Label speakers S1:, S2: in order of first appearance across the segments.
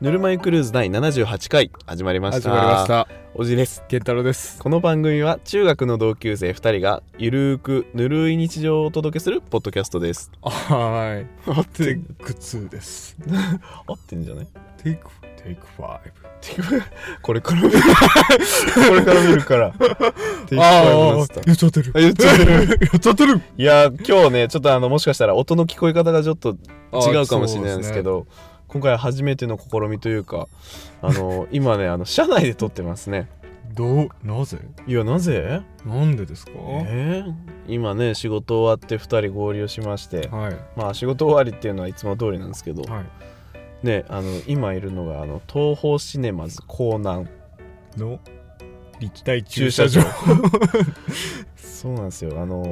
S1: ぬるま湯クルーズ第78回始まりまし
S2: 始
S1: た
S2: まりました
S1: おじです
S2: 健太郎です
S1: この番組は中学の同級生2人がゆるーくぬるい日常をお届けするポッドキャストです
S2: は
S1: 合っ
S2: いテイク2です
S1: 合ってんじゃない
S2: テイクテイク5あ
S1: これから見るこれから見るからテイク
S2: あ
S1: 5な
S2: あ
S1: んつった
S2: 言っちゃってる
S1: あ言っちゃってる
S2: 言っちゃってる
S1: いや今日ねちょっとあのもしかしたら音の聞こえ方がちょっと違うかもしれないんですけど今回初めての試みというかあの今ねあの車内で撮ってますね
S2: どうなぜ
S1: いやなぜ
S2: なんでですか
S1: えー今ね仕事終わって2人合流しまして
S2: はい
S1: まあ仕事終わりっていうのはいつも通りなんですけど、
S2: はい
S1: ねあの今いるのがあの東宝シネマズ江南
S2: の立体駐
S1: 駐車
S2: 車
S1: 場
S2: 場
S1: そうなんですよあの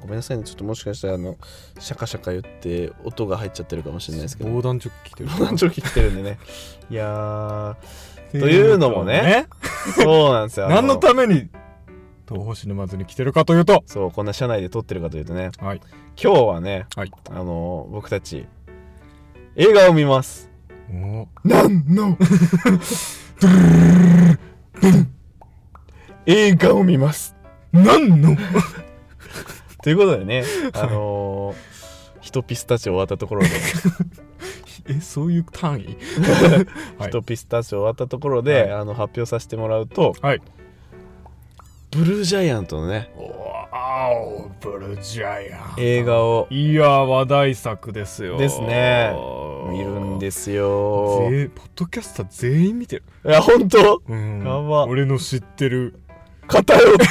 S1: ーごめんなさいねちょっともしかしたらあのシャカシャカ言って音が入っちゃってるかもしれないですけど
S2: 防弾チョッキ着てる
S1: 防弾チョッキ着てるんでね いやーというのもねそうな んですよあ
S2: 何のために東方シネマズに来てるかというと
S1: そうこんな車内で撮ってるかというとね
S2: はい
S1: 今日はね
S2: はい
S1: あのー僕たち映画を見ます
S2: お
S1: なんの映画を見ます
S2: 何の
S1: ということでね、あのー、ひとピスタチオ終わったところで、
S2: えそういう単位はい
S1: ひとピスタチオ終わったところで、
S2: はい
S1: あの発表させてもらうと、
S2: はい
S1: ブルージャイアントのね、
S2: おおブルージャイアント
S1: 映画を
S2: いや話題作ですよ
S1: ですね見るん
S2: す
S1: ですよ。
S2: ポッドキャスター全員見てる
S1: いや、本当
S2: うん
S1: やば
S2: 俺の知ってる
S1: 偏ってる。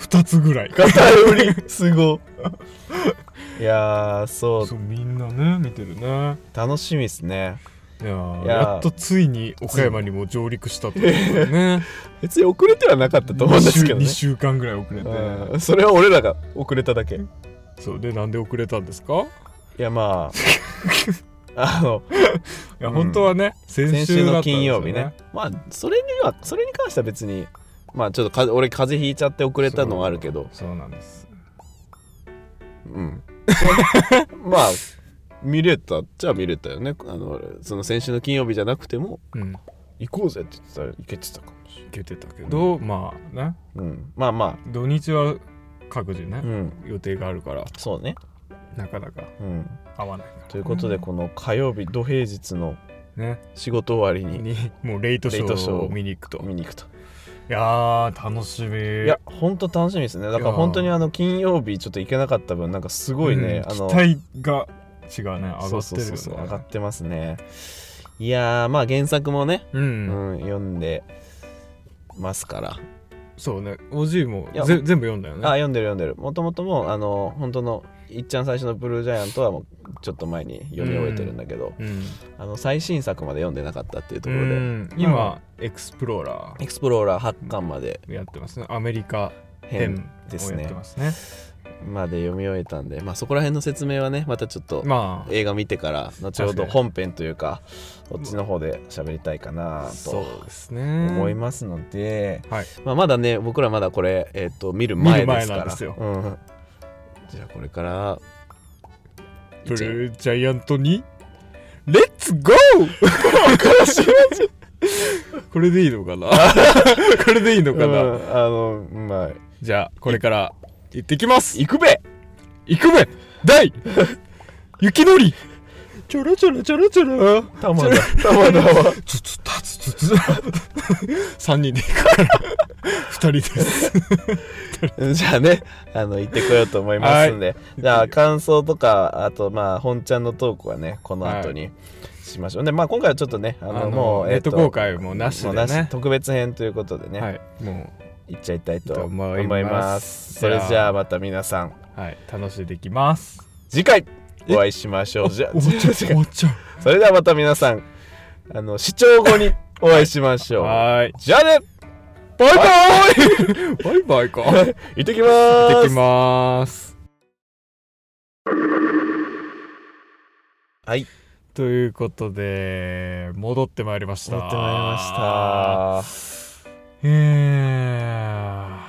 S2: 2つぐらい
S1: 偏り、すごい。いやー、そう、
S2: そうみんなね見てるね
S1: 楽しみですね。
S2: いやー
S1: いやー
S2: やっとついに岡山にも上陸したという ね
S1: 別に遅れてはなかったと思うんですけど
S2: 2
S1: ね。
S2: 週間ぐらい遅れて
S1: うんそれは俺らが遅れただけ。い
S2: そうでなんで遅れたんですか
S1: や、ま あ、あの、
S2: いや
S1: うん
S2: 本当はね先
S1: 先
S2: 週
S1: 週
S2: だ
S1: の
S2: ったんですよ
S1: 金曜日ねまあそれにはそれに関しては別にまあちょっとか俺風邪ひいちゃって遅れたのはあるけど
S2: そうそうなんです
S1: うん まあ見れたっちゃ見れたよねあのその先週の金曜日じゃなくても
S2: うん
S1: 行こうぜって言ってたら行けてたかもしれない
S2: いけてたけどまあね、
S1: うん、まあま
S2: 土日は各自ね
S1: あう、ん
S2: 予定があるから
S1: そうね
S2: なかなか
S1: うん
S2: 合わないから
S1: ということでこの火曜日土平日の
S2: ね
S1: 仕事終わりに
S2: にもうレイトショ
S1: レイトショー
S2: ーを見に行くと
S1: 見に行くと
S2: いやー楽しみ
S1: いや本当楽しみですねだから本当にあの金曜日ちょっと行けなかった分なんかすごいね、
S2: うん
S1: あの
S2: 期待が違うね上が
S1: そう
S2: って
S1: そう
S2: るよ
S1: そう
S2: ね
S1: そう上がってますねいやーまあ原作もね、
S2: うん、
S1: うん、読んでますから、
S2: そうねおじいも
S1: いや
S2: ぜ全部読んだよ
S1: あ
S2: ね
S1: 読んでる読んでるもともともうあの本当のいっちゃん最初の「ブルージャイアント」はもうちょっと前に読み終えてるんだけど、
S2: うん、
S1: あの最新作まで読んでなかったっていうところで、
S2: うん今、エクスプローラ
S1: エクスプローラー8巻まで
S2: ーやってますねアメリカ編
S1: 編で
S2: を
S1: す
S2: やっ
S1: ね
S2: てますね
S1: まで読み終えたんで、まあ、そこら辺の説明はねまたちょっと
S2: まあ
S1: 映画見てから後ほ
S2: 確か
S1: ど
S2: に
S1: 本編というかこっちの方で喋りたいかなと
S2: そうですね
S1: 思いますので、
S2: はい
S1: まあ、まだね僕らまだこれ、えっと見る前ですか
S2: 見る前な
S1: ら
S2: んですよ
S1: うんじゃあこれから
S2: ブルージャイアントにレッツゴーこれでいいのかなこれでいいの
S1: うん
S2: かな、
S1: あのまあ
S2: じゃあこれから行ってきます
S1: 行くべ
S2: 行くべ大雪のりちょろちょろちょろちょろ
S1: 玉田玉田は
S2: つつたつつつ3人で行くから2人です
S1: じゃあねあの行ってこようと思いますんで、じゃあ感想とかあとまあ本ちゃんのトークはねこの後にしましょう、でまあ今回はちょっとねあ
S2: あ
S1: の
S2: の
S1: もう
S2: ネッ
S1: っと
S2: ト公開もなしで
S1: もう
S2: ね
S1: なし特別編ということでね、、
S2: はいいも
S1: 行っちゃいたいと
S2: と思
S1: 思
S2: い
S1: い
S2: ます
S1: ますそれじゃあまた皆さん
S2: う、はい、楽しんでいきます
S1: 次回お会いしましょうじゃあ
S2: 終わっちゃう終わっちゃ
S1: それではまた皆さんあの視聴後にお会いしまし
S2: う
S1: ょう、
S2: はーい
S1: じゃあね バイバ
S2: バイバイか
S1: イ行ってきまーす
S2: 行ってきます
S1: はい
S2: ということで戻ってまいりました
S1: 戻ってまいりま
S2: えー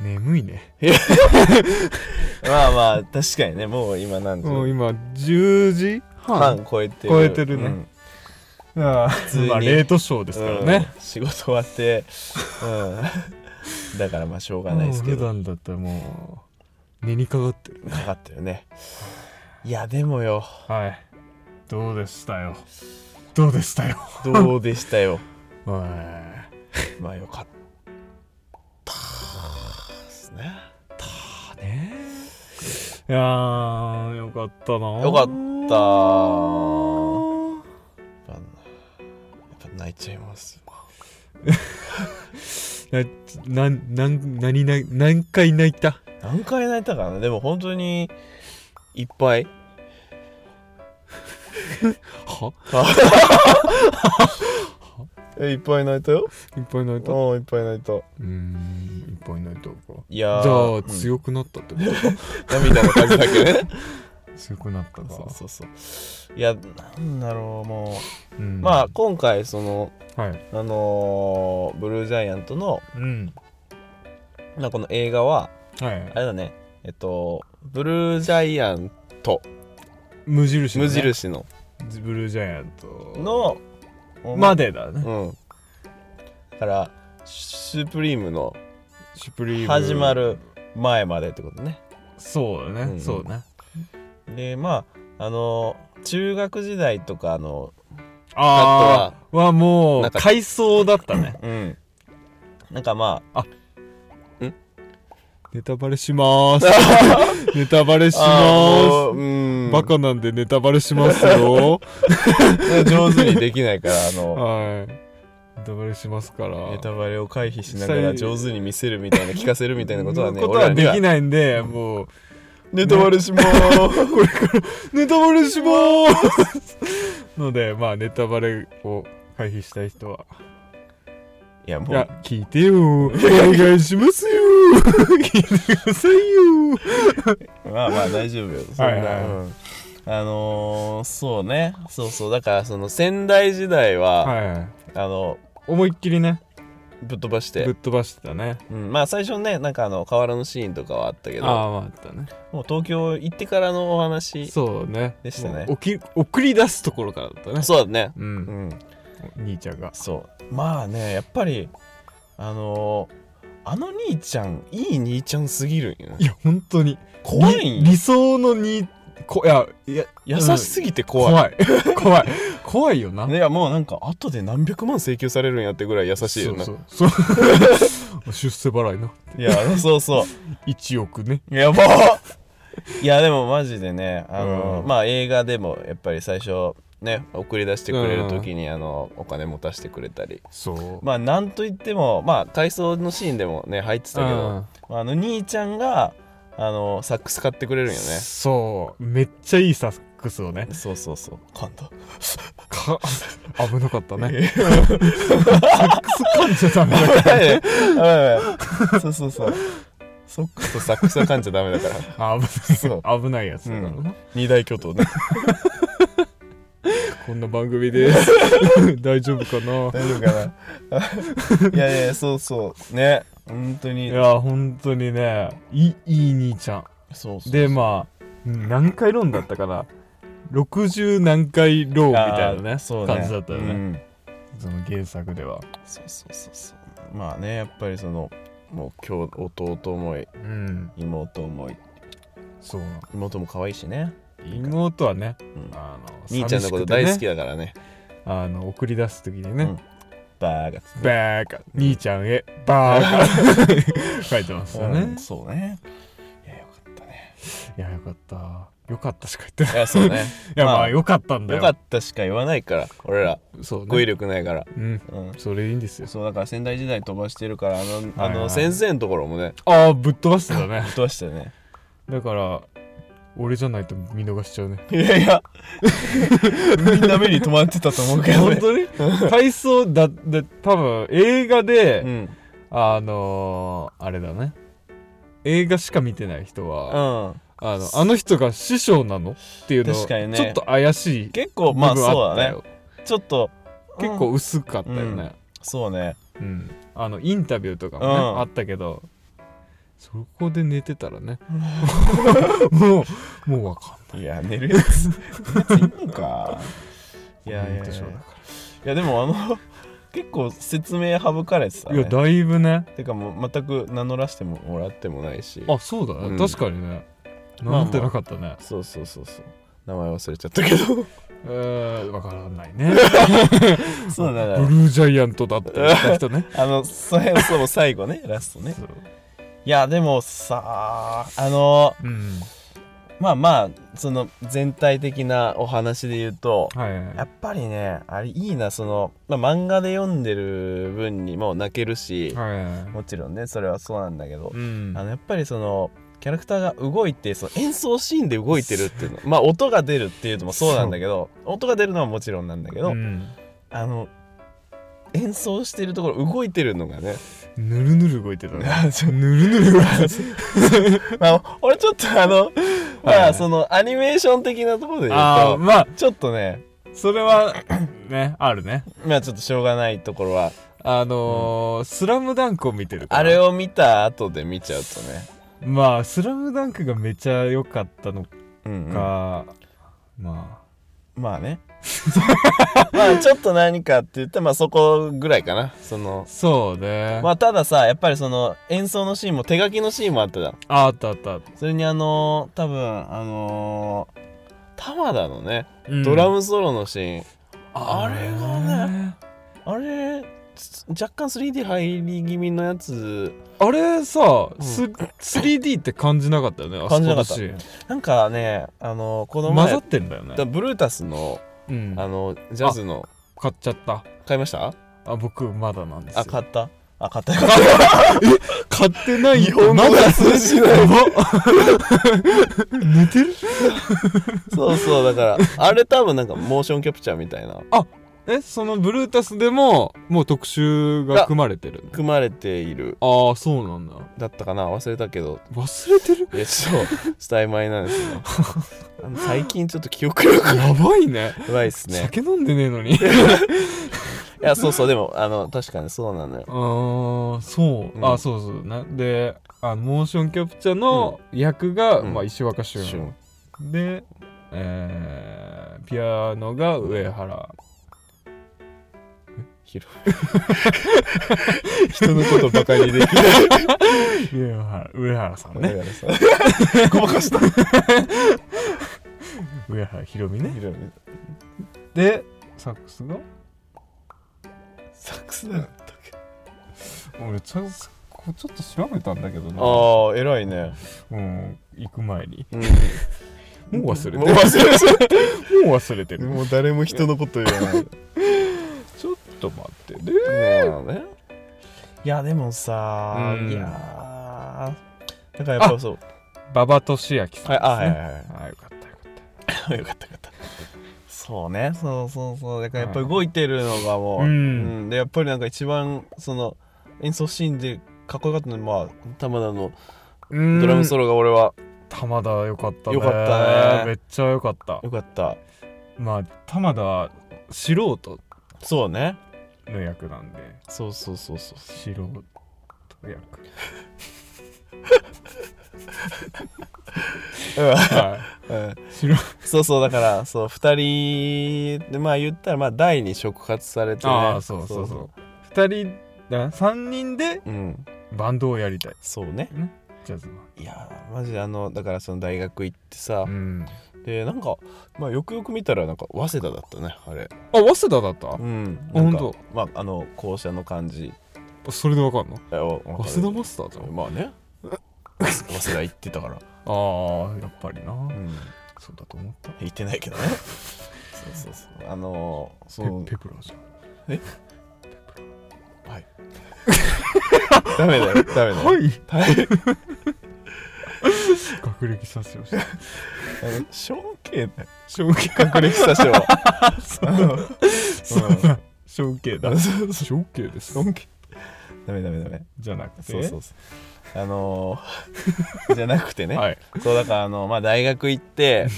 S2: 眠いね
S1: したまあまあ確かにねもう今なんで
S2: もう今10時
S1: 半超えてる
S2: 超えてるね
S1: うん
S2: あ
S1: 通に
S2: まあレートショーですからね、
S1: うん仕事終わって、うん、 だからまあしょうがないですけど
S2: もう普段だったらもう寝にかかってる
S1: かかってるねいやでもよ
S2: はいどうでしたよどうでしたよ
S1: どうでしたよ
S2: は
S1: まあよかったですね
S2: いねいやーよかったな
S1: よかったやっぱ泣いちゃいます
S2: ななん何な何回泣いた
S1: 何回泣いたかなでも本当にいっぱい
S2: は
S1: えいっぱい泣いたよ
S2: いっぱい泣いたう
S1: うんいっぱい泣いた
S2: ーんいっぱい泣いたか
S1: い
S2: じ
S1: や
S2: ゃあ
S1: ー
S2: 強くなったってこと
S1: うん涙の数だけ ね
S2: 強くなったか
S1: そうそうそういやなんだろうも
S2: うん
S1: うまあ今回その
S2: はい
S1: あのーブルージャイアントの
S2: うん
S1: まあこの映画は
S2: はい
S1: あれだねえっとブルージャイアン
S2: 無印の
S1: 無
S2: ね
S1: 印の
S2: ブルージャイアント
S1: の
S2: までだね
S1: うんだからスープリームの
S2: シュプリーム
S1: 始まる前までってことね
S2: そうだ
S1: う
S2: ね
S1: ん
S2: そうだね
S1: でまああの中学時代とかの
S2: ああはも
S1: な
S2: うん
S1: か
S2: 回想だったね
S1: うんなんかま
S2: ネタバレしまー すネタバレし
S1: あ
S2: まー
S1: あーもううん
S2: すバカなんでネタバレしますよ
S1: 上手にできないからあの
S2: はいネタバレしますから
S1: ネタバレを回避しながら上手に見せるみたいな聞かせるみたいなことはね
S2: ことは
S1: 俺らに
S2: で
S1: は
S2: きないんでもう
S1: ネタバレしま ーす
S2: ネタバレしまー すのでまあネタバレを回避したい人はい
S1: やも
S2: いうや聞いてよお願いします よ聞いてくださいよ
S1: まあまあ大丈夫よ。そん
S2: はいはい
S1: なうんあのー、そうねそうそうだからその仙台時代は、
S2: はい
S1: あの
S2: 思いっきりね
S1: ぶっ飛ばして
S2: ぶっ飛ばしてたね
S1: うん、まあ最初ねなんかあの河原のシーンとかはあったけ
S2: ああ
S1: ど
S2: まああったね
S1: もう東京行ってからのお話そ
S2: そうね
S1: でした
S2: も
S1: ね
S2: うおき送り出すところからだったね
S1: うだね
S2: う
S1: うんん
S2: 兄ちゃんが
S1: そうまあねやっぱりあのーあの兄ちゃんいい兄ちゃんすぎるんよ
S2: いや本当に
S1: 怖いん
S2: 理
S1: よ
S2: 理想のにこいやいや
S1: 優しすぎて怖い、
S2: 怖い 怖い怖いよな
S1: ねいやもうなんか後で何百万請求されるんやってぐらい優しいよな
S2: そうそうそう 出世払いない
S1: やそうそう
S2: 1億ね
S1: やばっいやでもマジでねあの、
S2: うん
S1: まあ映画でもやっぱり最初ね送り出してくれる時に、あのお金持たせてくれたり
S2: そう
S1: まあなんといってもまあ回想のシーンでもね入ってたけど、まあ、あの兄ちゃんがあのサックス買ってくれるんよね
S2: そうめっちゃいいサックスをね
S1: そうそうそう噛んだ
S2: か 危なかった ねサックス噛んじゃダメだか
S1: はいはいそうそうそうソックスとサックスは噛んじゃダメだから
S2: ら
S1: そう
S2: 危ない危ないやつだからな、
S1: 二大巨頭ね
S2: こんな番組です 大丈夫かな
S1: 大丈夫かないやいやそうそうね本当
S2: い
S1: に
S2: や本当にねいいいい兄ちゃん
S1: そうそう
S2: でまあ何回論だったかな60何回論みたいなね
S1: そう
S2: 感じだったよね、
S1: うん
S2: その原作では
S1: そうそうそうそうまあねやっぱりそのもう今日弟思い
S2: うん
S1: 妹思い
S2: そうなの
S1: 妹も可愛いしね、
S2: 妹はね
S1: うん
S2: あの
S1: 兄ちゃんのこと大好
S2: 寂しくて
S1: き
S2: ね
S1: だからね
S2: あの送り出す時にね、
S1: うんバーガ
S2: バーカ兄ちゃんへバー カ書いてますよね、
S1: うん
S2: い
S1: そうねいやよかったね
S2: やよかったよかったしか言ってない
S1: いやそうね
S2: いやまあ、
S1: まあ
S2: よかったんだ
S1: よ
S2: よ
S1: かったしか言わないから俺ら
S2: そう
S1: 語彙
S2: ね
S1: 力ないから、
S2: うん
S1: うん
S2: それいいんですよ
S1: そうだから仙台時代飛ばしてるからあのあ
S2: はいはい
S1: の先生のところもね
S2: ああぶっ飛ばしてたね
S1: 飛ばしてね
S2: だから俺じゃないと見逃しちゃうね
S1: いやいや みんな目に留まってたと思うけど
S2: 本
S1: ね
S2: 当に体操だで多分映画で、
S1: うん
S2: あのー、あれだね映画しか見てない人は、
S1: うん
S2: あのあの人が師匠なのっていうの
S1: 確かにね
S2: ちょっと怪しい
S1: 結構
S2: 部
S1: まあ
S2: 分
S1: そ
S2: あ
S1: う
S2: った
S1: だね
S2: よ、
S1: ちょっと
S2: 結構薄かったよね、
S1: そうね
S2: うんあのインタビューとかもね、
S1: うん
S2: あったけどそこで寝てたら ねもうもうわかん
S1: いや寝るや つ寝るやついんのかいやいやいや
S2: コメントショー
S1: い
S2: だか
S1: やでもあの 結構説明省かれてた、
S2: ら
S1: ね、
S2: いやだいぶね
S1: てかもう全く名乗らせてももらってもないし
S2: あそうだね、
S1: うん
S2: 確かにね
S1: まあまあ
S2: なんてなかったね、
S1: そうそうそうそう名前忘れちゃったけ ど
S2: えー、わからない ね
S1: そうだ
S2: ブルージャイアントだって言った人 ね
S1: あのそれそう最後ねラストねいやでもさあの
S2: うん
S1: まあまあその全体的なお話で言うと
S2: はいはい
S1: やっぱりねあれいいなその、まあ、漫画で読んでる分にも泣けるし、
S2: はいはい
S1: もちろんねそれはそうなんだけど、
S2: うん
S1: あのやっぱりそのキャラクターが動いてその演奏シーンで動いてるっていうのまあ音が出るっていうのもそうなんだけど音が出るのはもちろんなんだけど、
S2: うん
S1: あの演奏してるところ動いてるのがね、
S2: ぬるぬる動いて たね ぬるぬる動いてた
S1: まあ、俺ちょっとあ
S2: は
S1: の
S2: い
S1: ま
S2: は
S1: あ
S2: い
S1: そのアニメーション的なところで言
S2: ああ
S1: う
S2: まあ
S1: とちょっとね
S2: それはねあるね
S1: まあちょっとしょうがないところは
S2: あのースラムダンク」を見てるから
S1: あれを見た後で見ちゃうとね、
S2: まあ「スラムダンクがめちゃ良かったの
S1: うんうん
S2: か、ま
S1: まあね まあちょっと何かって言ってまあそこぐらいかなその
S2: あそうね、
S1: まあたださやっぱりその演奏のシーンも手書きのシーンもあったじゃん
S2: あ、あったあったあっ
S1: それにあのー、多分あのー、玉田のね
S2: た、うん
S1: ドラムソロのシーン、あれが
S2: ね
S1: あれつ若干 3D 入り気味のやつ
S2: あれさ、
S1: ん
S2: す 3D って感じなかったよねあ
S1: 感じなかった
S2: そこのシ
S1: なんかねあのー、こ
S2: ー
S1: の
S2: ン混
S1: 前
S2: ざってんだよね
S1: だブルータスの
S2: うん
S1: あのジャズの
S2: 買っちゃった
S1: 買いました
S2: あ僕まだなんですよ
S1: あ 買ったあ買った
S2: 買ってない
S1: 日本語
S2: ま
S1: が
S2: だ
S1: 通じない
S2: やば寝てる
S1: そうそうだからあれ多分なんかモーションキャプチャーみたいな
S2: えそのブルータスでももう特集が組まれてるの
S1: 組まれている
S2: ああそうなんだ
S1: だったかな忘れたけど
S2: 忘れてる
S1: いやちょっとちょっと曖昧なんですよねあの最近ちょっと記憶力が
S2: やばいね
S1: 弱いですね
S2: 酒飲んでねえのに
S1: いやそうそうでもあの確かにそうなのよ
S2: ああそう、
S1: うん
S2: あそうそうなであモーションキャプチャーの役が、
S1: うん
S2: まあ、石若
S1: 一
S2: 俊
S1: 瞬
S2: で、えーピアノが上原
S1: 広い人のことばかりできない
S2: 上原上原さん
S1: だ
S2: ね
S1: からさごまかした
S2: 上原ひろみね
S1: 広い
S2: でサックスが
S1: サックスだったっけ
S2: 俺ちゃんちょっと調べたんだけどな
S1: ああ偉いね
S2: うん行く前に
S1: うん
S2: もう忘れてる
S1: もう忘れちゃっ
S2: もう忘れて
S1: た
S2: る
S1: もう誰も人のこと言わない
S2: ちょっと待ってで
S1: まあねいやでもさ、
S2: うん
S1: いやーだからやっぱそう
S2: 馬場俊明さんです、ね、
S1: はいあはいはいはい
S2: あよかったよかっ
S1: あよかったよかったそうねそうそうそうだからやっぱり動いてるのがもう、
S2: うん
S1: うんでやっぱりなんか一番その演奏シーンでかっこよかったのはまあ玉田の
S2: たうん
S1: ドラムソロが俺は
S2: 玉田よかったね
S1: よかったね
S2: めっちゃよかった
S1: よかった
S2: まあ玉田は素人
S1: そうね
S2: の役なんで
S1: そうそうそうそう
S2: 素人役は
S1: うん
S2: い素人
S1: そうそうだからそう2人でまあ言ったらまあ第に触発されてね
S2: ああそうそうそう二人あ三人で
S1: ううん
S2: バンドをやりたい
S1: そうね
S2: ジャズの
S1: いやーマジであのだからその大学行ってさ、
S2: うん
S1: でなんか、まあ、よくよく見たらなんか早稲田だったねあれ
S2: あ早稲田だった
S1: うん
S2: あ
S1: なんか
S2: 本
S1: まああの校舎の感じ
S2: あそれでわかんの
S1: を
S2: 早稲田マスターじゃん
S1: ま あね早稲田行ってたから、
S2: ああやっぱりな、
S1: うん、
S2: そうだと思った
S1: 行ってないけどねそうそうそうあのー、そう
S2: ペペプラじゃん
S1: はい ダメだよダメだよ、
S2: はい
S1: 大変
S2: 学歴詐称して
S1: あの小慶だよ
S2: 証券
S1: 学歴詐称は
S2: だ証券だ
S1: うん
S2: 証券です
S1: 小慶ダメダメダメ
S2: じゃなくて
S1: そうそうそうあのー、じゃな くてね、
S2: はい
S1: そうだからあの、まあ、大学行 って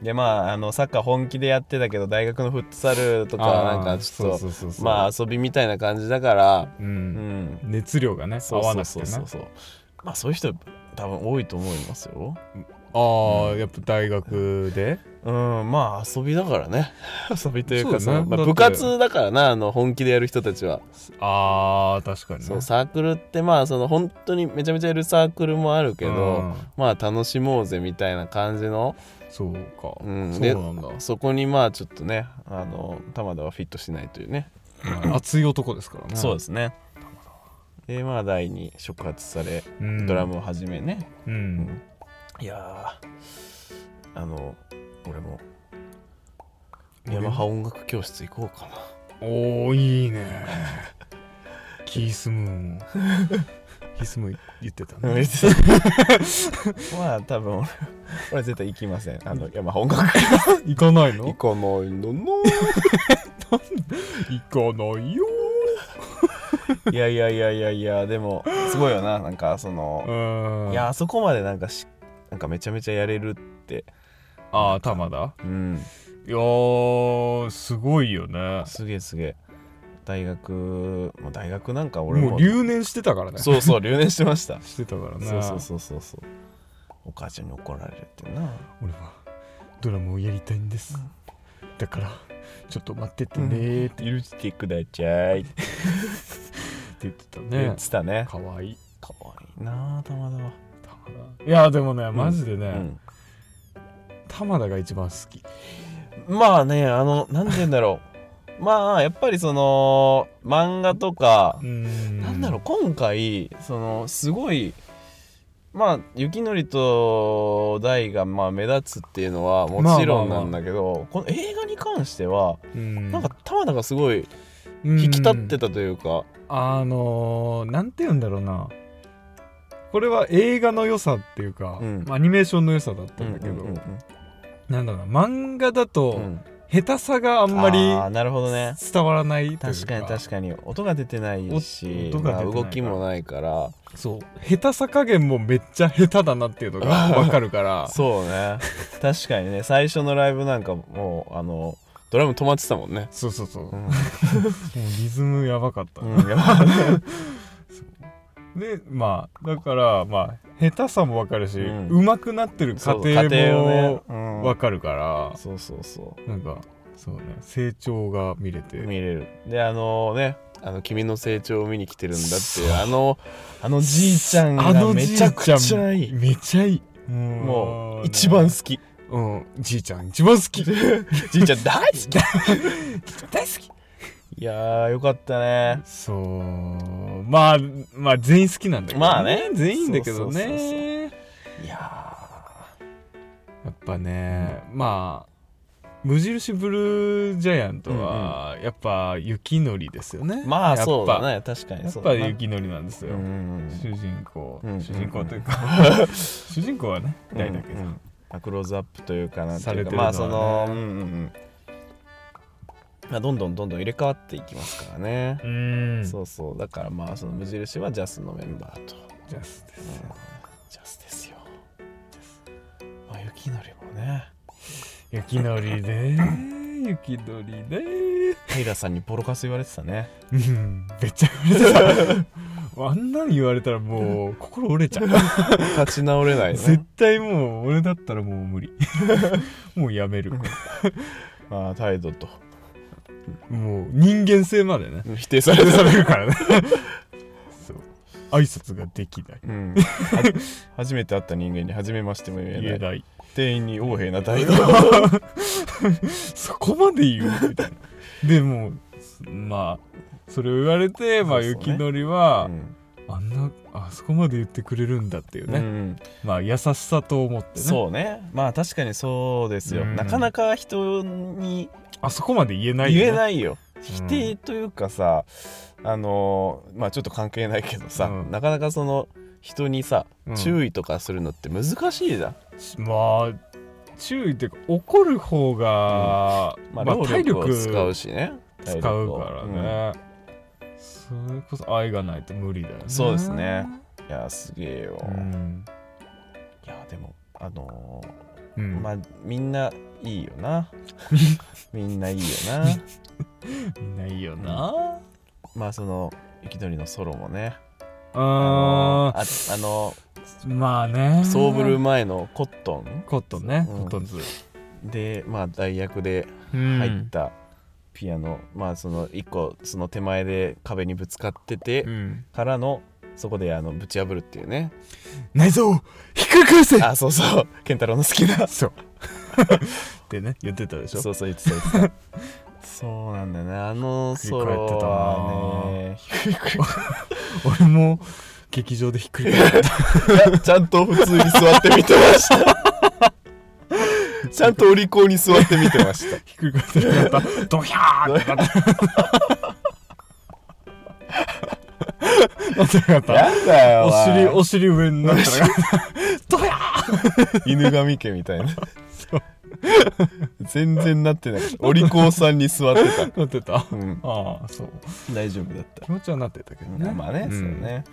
S1: でまああのサッカー本気でやってたけど大学のフットサルとか
S2: あ
S1: な
S2: ー
S1: んかちょっ
S2: そう
S1: と
S2: そうそうそう
S1: まあ遊びみたいな感じだから
S2: う
S1: うんん
S2: 熱量がね合
S1: そう
S2: わ
S1: そ
S2: な
S1: う
S2: くて
S1: そ
S2: ね
S1: うそうそうまあそういう人多分多いと思いますよ
S2: ああ、やっぱ大学で
S1: うんまあ遊びだか らね遊びというか
S2: そうだね
S1: さまあ
S2: だって
S1: 部活だからなあの本気でやる人たちは
S2: ああ確かにね
S1: そうサークルってまあその本当にめちゃめちゃいるサークルもあるけ
S2: う
S1: ど
S2: ん
S1: まあ楽しもうぜみたいな感じの
S2: そうか、
S1: うん
S2: そう
S1: で
S2: なんだ
S1: そこにまあちょっとねあの玉田はフィットしないというね
S2: まあ熱い男ですからね
S1: そうですねでまあ第に触発され
S2: うん
S1: ドラムをはじめね、
S2: うん、
S1: いやーあの俺も
S2: 俺も
S1: ヤマハ音楽教室行こうかな
S2: おおいいねキースムーンもキースムーン言ってたね
S1: まあ多分俺俺絶対行きませんあのヤマハ音楽
S2: 行かないの
S1: 行かないのの
S2: 行かないよ
S1: いやいやいやいやいやでもすごいよななんかその、
S2: うん
S1: いやあそこまでなんかしなんかめちゃめちゃやれるって
S2: ああ玉田
S1: うん
S2: いやーすごいよね
S1: すげえすげえ大学もう大学なんか俺も
S2: もう留年してたからね
S1: そうそう留年してました
S2: してたからね
S1: そうそうそうそうそうお母ちゃんに怒られるってな
S2: 俺はドラムをやりたいんです、だからちょっと待っててねって
S1: 許してくださいって
S2: 言ってた
S1: 言
S2: ね
S1: ってたね
S2: 可愛いい
S1: かわいいなあたまだわ
S2: いやでもねマジでね、
S1: うん
S2: 玉田が一番好き
S1: まあねあのなんて言うんだろうまあやっぱりその漫画とか
S2: ん
S1: なんだろう今回そのすごいまあ雪のりと大がまあ目立つっていうのはもちろんなんだけど、この映画に関しては
S2: う、うん、
S1: なんか玉田がすごい
S2: 引
S1: 引き立ってたというか、
S2: あのー、なんて言うんだろうなこれは映画の良さっていうか、
S1: うん
S2: まあアニメーションの良さだったんだけど、
S1: うんうん
S2: なんだろうな漫画だと、
S1: うん
S2: 下手さがあんまり
S1: あーなるほどね
S2: 伝わらないという
S1: 確かに確かに音が出てないし
S2: お音が出てないから
S1: まあ動きもないから
S2: そう下手さ加減もめっちゃ下手だなっていうのがわかるか ら
S1: そう ね確かにね最初のライブなんかもうあのドラム止まってたもんね
S2: そうそうそうもう
S1: うん、
S2: リズムやばかった、
S1: うん、やばい
S2: でまあだからまあ下手さもわかるし、
S1: うん
S2: うまくなってる過
S1: そう
S2: 程
S1: 家庭をね
S2: も
S1: うん
S2: わかるから、
S1: そうそうそ
S2: なんかそうね成長が見れ
S1: う
S2: て
S1: 見れるであのねあの君の成長を見に来てるんだっていうあのあのじいちゃん
S2: あ
S1: が
S2: のじ
S1: め
S2: い
S1: ち
S2: ちゃ
S1: ゃ
S2: ん
S1: くちゃいい
S2: めちゃいいも
S1: もう
S2: ね
S1: 一番好き
S2: うんじいちゃん一番好 き
S1: じいちゃん大好き
S2: 大好き
S1: いやーよかったね
S2: そうまあまあ全員好きなんだけど、
S1: まあね
S2: 全員だけどね
S1: そうそうそうそういや
S2: やっぱね、まあ無印ブルージャイアントはやっぱ雪のりですよね、
S1: ーま
S2: や
S1: あ
S2: っぱ
S1: そうだね確か
S2: や
S1: にそ
S2: っ
S1: うだ
S2: ぱ
S1: な
S2: 雪のりなんですよ、
S1: うん
S2: 主人公、
S1: うん
S2: 主人公というか、 主人公はね大だけど、
S1: うんうんまあクローズアップというかなんて
S2: さ
S1: い
S2: れ
S1: う
S2: て
S1: か
S2: るの
S1: ま
S2: は
S1: あ
S2: ね
S1: そのうんうんうんまあどんどんどんどん入れ替わっていきますからね
S2: う、ーん
S1: そうそうだからまあその無印はジャスのメンバーと、
S2: ジャスです
S1: うんジャスですよまあ雪のりもね
S2: 雪のりで雪のりで
S1: 平さんにボロカス言われてた ね
S2: うんめっちゃ言われてたあんなに言われたらもう心折れちゃう
S1: 立ち直れない
S2: 絶
S1: ね
S2: 対もう俺だったらもう無理 もうやめる
S1: まあ態度と
S2: もう人間性までね
S1: 否定され
S2: 出
S1: てた
S2: されるからねそう挨拶ができない
S1: うん初めて会った人間に初めましても言えない
S2: 言えない
S1: 店員に横柄な態度
S2: そこまで言うみたいなでもまあそれを言われて、まあ、
S1: そうそうね
S2: 雪のりは、
S1: うん
S2: あんなあそこまで言ってくれるんだっていうね、
S1: うん
S2: まあ優しさと思ってね
S1: そうねまあ確かにそうですよ、
S2: うん
S1: なかなか人に
S2: あそこまで言えないよね
S1: 言えないよ、
S2: う
S1: 否
S2: ん
S1: 定というかさあのーまあちょっと関係ないけどさ、
S2: うん
S1: なかなかその人にさ
S2: うん
S1: 注意とかするのって難しいじゃん、
S2: まあ注意っていうか怒る方が、
S1: まあ、
S2: まあ
S1: 労
S2: 体
S1: 力を
S2: 力
S1: 使うしね
S2: 使う
S1: 体力を
S2: からね、それこそ愛がないと無理だよね
S1: そうですねうんいやすげえよ、
S2: う
S1: い
S2: ん、
S1: やでもあの
S2: う
S1: ー
S2: ん
S1: まあみんないいよ なみんないいよな
S2: みんないいよな、
S1: まあその雪鳥のソロもねあ
S2: あ
S1: のああ
S2: ー
S1: の
S2: まあね
S1: ソーブル前のコットン
S2: コットンね、
S1: うん
S2: コットンズ、
S1: でまあ代役で
S2: うん
S1: 入ったピアノ、まあその一個その手前で壁にぶつかってて
S2: うん
S1: からのそこであのぶち破るっていうね
S2: 内臓をひっくり返せ
S1: あそうそう健太郎の好きな
S2: そうってね言ってたでしょ
S1: そうそう言ってた言ってた そうなんだよねあのソロはねひっくり
S2: 俺も劇場でひっくり返った
S1: 返ちゃんと普通に座って見てました ちゃんとお利口に座って見てました
S2: ひっくり返ってなかったドヒャーってなったな って なかっ
S1: なんだ
S2: た
S1: よ
S2: お尻
S1: お
S2: お尻上になってなかった ドヒャー
S1: 犬神家みたい な全然なってなかったお利口さんに座ってた
S2: なって た
S1: うん
S2: ああそう
S1: 大丈夫だった
S2: 気持ちはなってたけどね
S1: まあね、
S2: ん
S1: そうね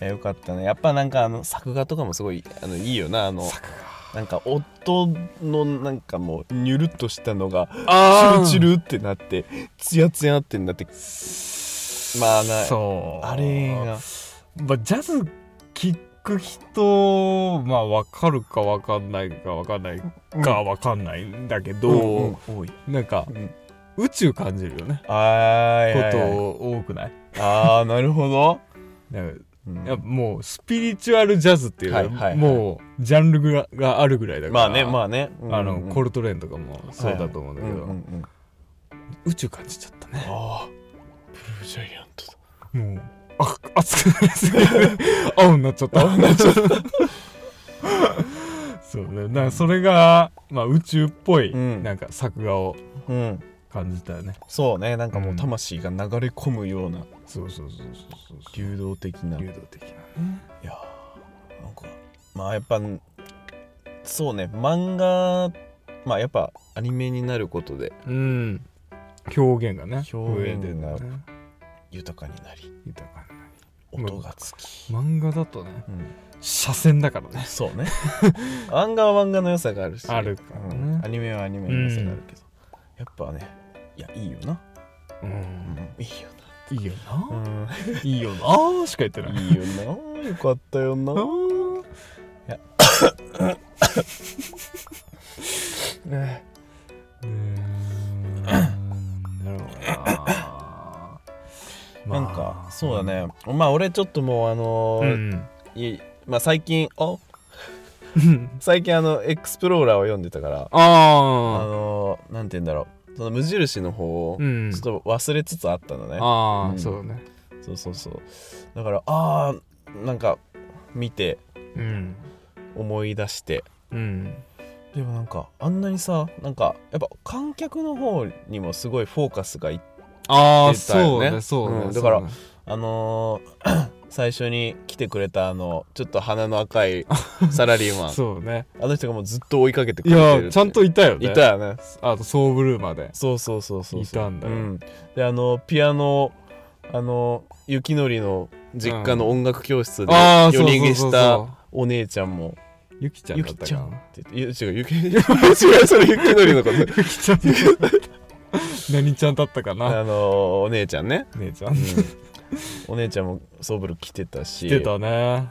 S1: いやよかったねやっぱなんかあの作画とかもすごいあのいいよなあのなんか音のなんかもうニュルっとしたのが
S2: ああ
S1: チルチルってなってツヤツヤってなってまあな
S2: そう
S1: あれが
S2: まあ、ジャズ聴く人まあ分かるか分かんないか分かんないか分かんないんだけど、
S1: うん多い、
S2: なんか宇宙感じるよね
S1: あーい
S2: こ
S1: やい
S2: と
S1: や
S2: 多くない
S1: あーなるほど、
S2: なんか
S1: うん
S2: やっぱもうスピリチュアルジャズっていう、
S1: はいはいはい
S2: もうジャンルががあるぐらいだから
S1: まあねまあね、
S2: あのコ
S1: れ
S2: ルトレーンとかもそうだと思うんだけど、宇宙感じちゃったね
S1: ああブルージャイアントだ
S2: もうあ熱くなりすぎて青になっちゃった青になっちゃった そうねなんかそれが、まあ、宇宙っぽい、
S1: うん
S2: なんか作画を
S1: うん
S2: 感じたよね
S1: そうねなんかも
S2: う
S1: うん魂が流れ込むような
S2: そうそうそうそうそう
S1: 流動的な、い
S2: 流動的なね
S1: やーなんかまあやっぱそうね漫画まあやっぱアニメになることで
S2: うん表現がね
S1: 表現
S2: 増
S1: が
S2: えてるね
S1: 豊かになり
S2: 豊かになるうん
S1: 音がつき、
S2: 漫画だとね
S1: うん
S2: 斜線だからね
S1: そ うね漫画は漫画の良さがあるし
S2: あるからね
S1: うんアニメはアニメの良さがあるけど、やっぱねいやいいよな、
S2: う
S1: うんん、いいよ
S2: いいよ
S1: な、
S2: な、
S1: ん
S2: いいよなーしか言ってない
S1: いいよなよかった よな
S2: あー
S1: ね
S2: うーんなんだろうな
S1: なんかそうだねまあ俺ちょっともうあの
S2: う
S1: ー
S2: ん
S1: いまあ最近あ最近あのエクスプローラーを読んでたからあ
S2: ああ
S1: のーなんて言うんだろうその無印の方を
S2: う
S1: ち
S2: ん
S1: ょっと忘れつつあったのね
S2: あ
S1: う
S2: あ
S1: ん
S2: そうだね
S1: そうそうそうだからあーなんか見て
S2: うん
S1: 思い出して
S2: うん
S1: でもなんかあんなにさなんかやっぱ観客の方にもすごいフォーカスがいって
S2: ああ
S1: 出たよ
S2: そう
S1: ね
S2: ねそう
S1: うん
S2: ね
S1: だから
S2: そうね
S1: あのー 最初に来てくれたあのちょっと鼻の赤いサラリーマ ン
S2: そうね
S1: あの人がもうずっと追いかけてく
S2: い
S1: れてるって
S2: やちゃんといたよね
S1: いたよね
S2: あとソーブルーまで
S1: そうそうそうそうそう
S2: いたんだ
S1: う
S2: よ
S1: ん、であのピアノあの雪のりの実家の音楽教室で
S2: ああ
S1: 夜
S2: そう
S1: 逃
S2: そ
S1: げ
S2: うそ
S1: し
S2: う
S1: た
S2: そ
S1: お姉ちゃんも
S2: うゆきち
S1: 「
S2: ゃん
S1: ゆ
S2: だっ
S1: き
S2: た
S1: ち
S2: か
S1: ゃん」っ
S2: な
S1: て言っていや違うゆき違うそれ雪のりのこと
S2: ゆきちゃん何ちゃんだったかな
S1: あのお姉ちゃんね、
S2: 姉ちゃん
S1: お姉ちゃんもソーブル来てたし
S2: 来てたね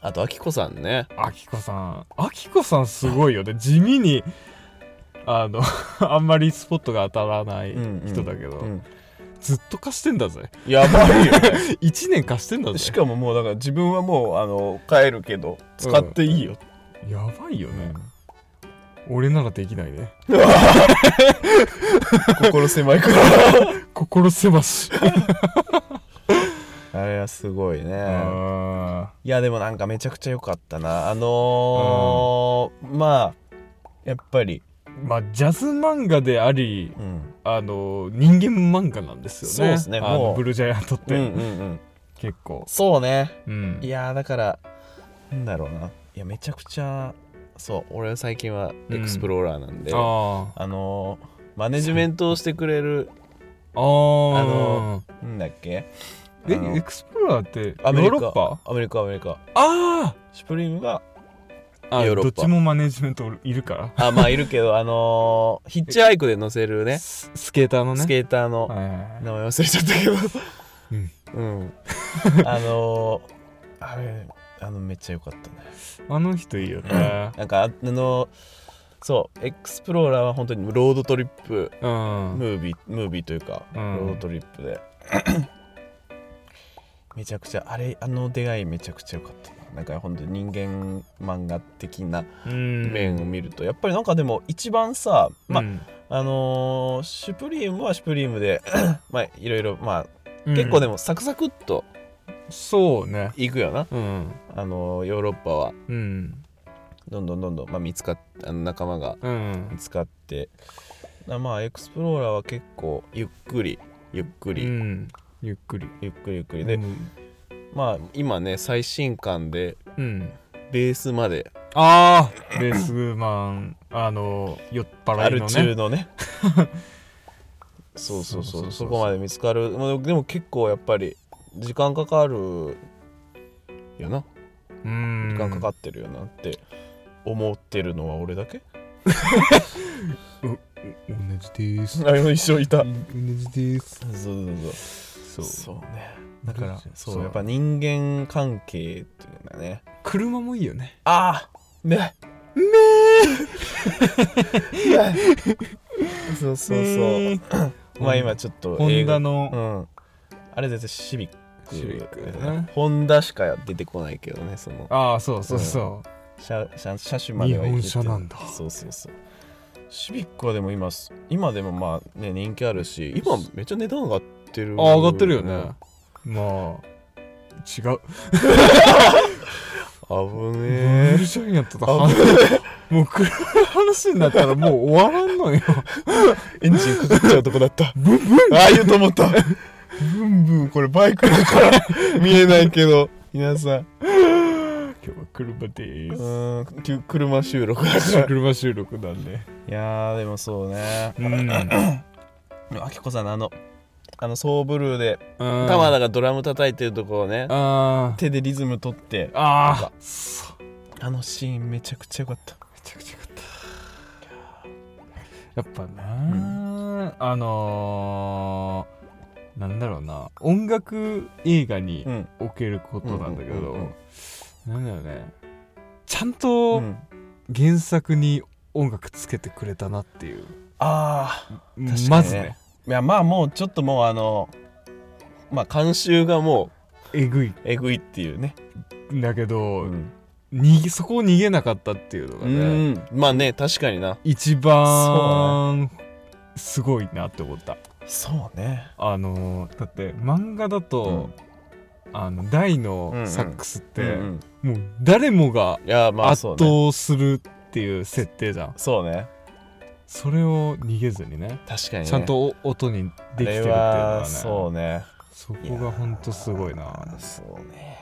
S1: あとあきこさんね
S2: あきこさんあきこさんすごいよね地味にあの あんまりスポットが当たらない人だけど、
S1: うん、
S2: ずっと貸してんだぜ
S1: やばいよね
S2: 1年貸してんだ ぜ
S1: しかももうだから自分はもうあの帰るけど使っていいよ、
S2: やばいよね、俺ならできないね
S1: 心狭いから
S2: 心狭し
S1: あれはすごいね、
S2: あ
S1: いやでもなんかめちゃくちゃ良かったなあのーまあやっぱり、
S2: ーまあジャズ漫画であり
S1: うん、
S2: あの人間漫画なんですよね
S1: そうですね
S2: あの
S1: もう
S2: ブルージャイアントっ
S1: うん
S2: て、
S1: うんうん
S2: 結構、
S1: そうね
S2: うん
S1: いやーだからなんだろうないやめちゃくちゃそう俺は最近はエクスプローラーなんで、あ
S2: あー
S1: のーマネジメントをしてくれる
S2: あー
S1: あのんだっけあの
S2: えエクスプローラーって
S1: ア
S2: ヨ
S1: メ
S2: ー
S1: リカ
S2: ロッパ
S1: アメリカアメリカ
S2: あ
S1: シュプリーム が
S2: あ
S1: ヨーロッパ
S2: どっちもマネージメントいるから
S1: あまあいるけどあのーヒッチハイクで乗せるね
S2: ススケーターのね
S1: スケーターの
S2: はいはいはい
S1: 名前忘れちゃったけど
S2: うん
S1: うんあのーあれあのめっちゃ良かったね
S2: あの人いいよね
S1: なんかああのそうエクスプローラーは本当にロードトリップ
S2: うん
S1: ムービームービーというか、
S2: うん
S1: ロードトリップで めちゃくちゃあれあの出会いめちゃくちゃ良かったななんか本当に人間漫画的な
S2: うん
S1: 面を見ると、やっぱりなんかでも一番さ、まあ
S2: うん
S1: あのーシュプリームはシュプリームで まあいろいろまあ結構で
S2: も
S1: もサクサクっと
S2: そうね
S1: いくよな、
S2: うん
S1: あのーヨーロッパは
S2: うん
S1: どんどんどんどん、まあ、見つかっあの仲間が
S2: うん
S1: 見つかってだまあエクスプローラーは結構ゆっくりゆっく
S2: う
S1: り、
S2: んゆっくり
S1: ゆっくりゆっくりで、
S2: うん
S1: まあ今ね最新刊で
S2: うん
S1: ベースまで
S2: ああベースマンあの酔っ
S1: あ
S2: 払い
S1: る
S2: の
S1: 中
S2: ね
S1: の ねそうそうそう
S2: そうそうそうそう
S1: そこまで見つかるまあでも結構やっぱり時間かかるよな
S2: うん
S1: 時間かかってるよなって思ってるのは俺だけ、
S2: 同じです
S1: あ一緒い
S2: 同
S1: たそう
S2: じです
S1: そうそ
S2: そ
S1: うそうね
S2: だから
S1: そうやっぱ人間関係っていうのはね
S2: 車もいいよね
S1: ああねねえ そうそうそうまあ今ちょっと
S2: ホンダ
S1: う
S2: の
S1: んあれ絶対シビック
S2: シビックだね
S1: ホンダしか出てこないけどねその
S2: ああそうそうそ
S1: 車車車種までは
S2: 日本
S1: いけて
S2: 車なんだ
S1: そうそうそうシビックはでも今す今でもまあね人気あるし今めっちゃ値段上がってる
S2: うああ上がってるよねまあ違う
S1: 危
S2: ブ
S1: ね
S2: ル
S1: え
S2: シャンやったと
S1: あ
S2: もう車の話になったらもう終わらんのよ
S1: エンジンかかっちゃうとこだった
S2: ブンブン
S1: ああ言うと思ったブンブンこれバイクだから見えないけど皆さん
S2: 今日は車で
S1: う
S2: す
S1: ーんきゅ車収録だから
S2: 車収録なんで
S1: いやーでもそうね
S2: うん
S1: あきこさんのあのあのソーブルーで
S2: 玉
S1: 玉田がドラム叩いてるとこをね
S2: あー
S1: 手でリズム取って
S2: あー
S1: あのシーンめちゃくちゃ良かった
S2: めちゃくちゃよかったやっぱなあのーなんだろうな音楽映画に
S1: ん
S2: おけることなんだけ
S1: うんうん
S2: どなんだろうねちゃん
S1: う
S2: と
S1: ん
S2: 原作に音楽つけてくれたなっていう
S1: ああ確かにね
S2: まずね
S1: いやまあもうちょっともうあのまあ監修がも
S2: えぐいう
S1: えぐいっていうね
S2: んだけど、
S1: うん
S2: 逃げそこを逃げなかったっていうのが
S1: う
S2: ね
S1: んまあね確かにな
S2: 一番すごいなって思った
S1: そうね
S2: あのーだって漫画だと、あの大
S1: うんう
S2: の
S1: ん
S2: サックスって、
S1: うんうん
S2: もう誰もが
S1: いやまあ
S2: 圧
S1: そうね
S2: 倒するっていう設定じゃん、
S1: そうね
S2: それを逃げずにね
S1: 確かにね
S2: ちゃんと音にできてるっていうの
S1: あれ
S2: は
S1: は
S2: ね
S1: そうね
S2: そこがほんとすごいな
S1: そうね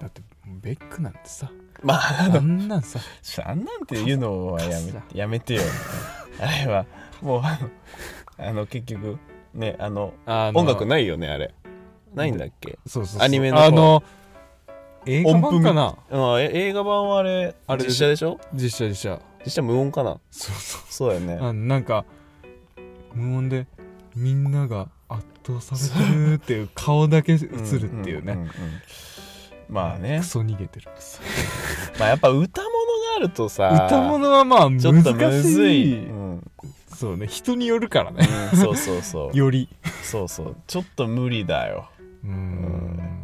S2: だってベックなんてさ
S1: まああ
S2: あ
S1: の
S2: んなんさ
S1: ちょっとあんなんて言うのはや
S2: カスだ
S1: めやめ てよあれはもうあのあの結局ねあの
S2: あの
S1: 音楽ないよねあれないんだっけ
S2: そうそうそう
S1: アニメの
S2: あの映画
S1: 音符
S2: 版
S1: み
S2: かな
S1: うんえ映画版はあれ
S2: あれ
S1: 実写でしょ
S2: 実写実写
S1: 実写無音かな
S2: そうそう
S1: そうだよね
S2: あなんか無音でみんなが圧倒されてるっていう顔だけ映るっていう
S1: うん
S2: ね
S1: んんんまあね
S2: クソ逃げてる
S1: まあやっぱ歌物があるとさ
S2: 歌物はまあ難し
S1: ちょっとむず
S2: い
S1: い、うんうん
S2: そうね人によるからね
S1: そうそう そう
S2: より
S1: そうそうちょっと無理だよ
S2: うーん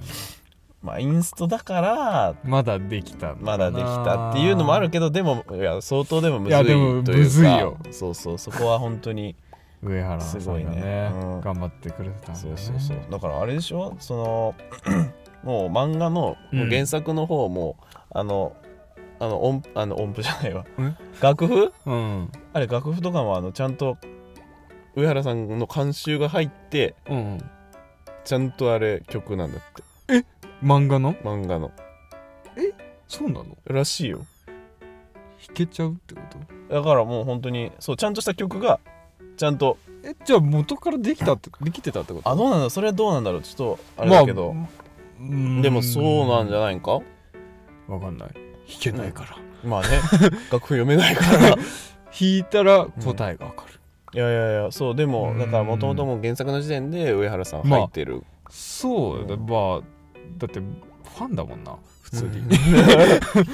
S1: まあインストだから
S2: まだできたん
S1: ま
S2: だ
S1: だできたっていうのもあるけどでもいや相当でもむずい
S2: いやでも
S1: というか
S2: むずいよ
S1: そうそうそこは本当に
S2: 上原さんがね
S1: すごいねうん
S2: 頑張ってくれてたんだね
S1: そうそうそうだからあれでしょその もう漫画の
S2: うん
S1: もう原作の方も、あのあの音あの音符じゃないわ
S2: ん
S1: 楽譜
S2: うん
S1: あれ楽譜とかもあのちゃんと上原さんの監修が入って
S2: うん
S1: ちゃんとあれ曲なんだって
S2: 漫画の
S1: 漫画の
S2: そうなの
S1: らしいよ
S2: 弾けちゃうってこと
S1: だからもう本当にそうちゃんとした曲がちゃんと
S2: えじゃあ元からできたってできてたってこと
S1: あどうなんだそれはどうなんだろうちょっとあれだけど、
S2: まあうん
S1: でもそうなんじゃないんか
S2: わかんない弾けないから、
S1: ま あね楽譜読めないからい
S2: 弾いたら答えがわかる、
S1: やいやいやそうで
S2: う
S1: も
S2: ん
S1: だからもともともう原作の時点で上原さん入ってる、
S2: そうだ、
S1: うん
S2: まあだってファンだもんな普通に、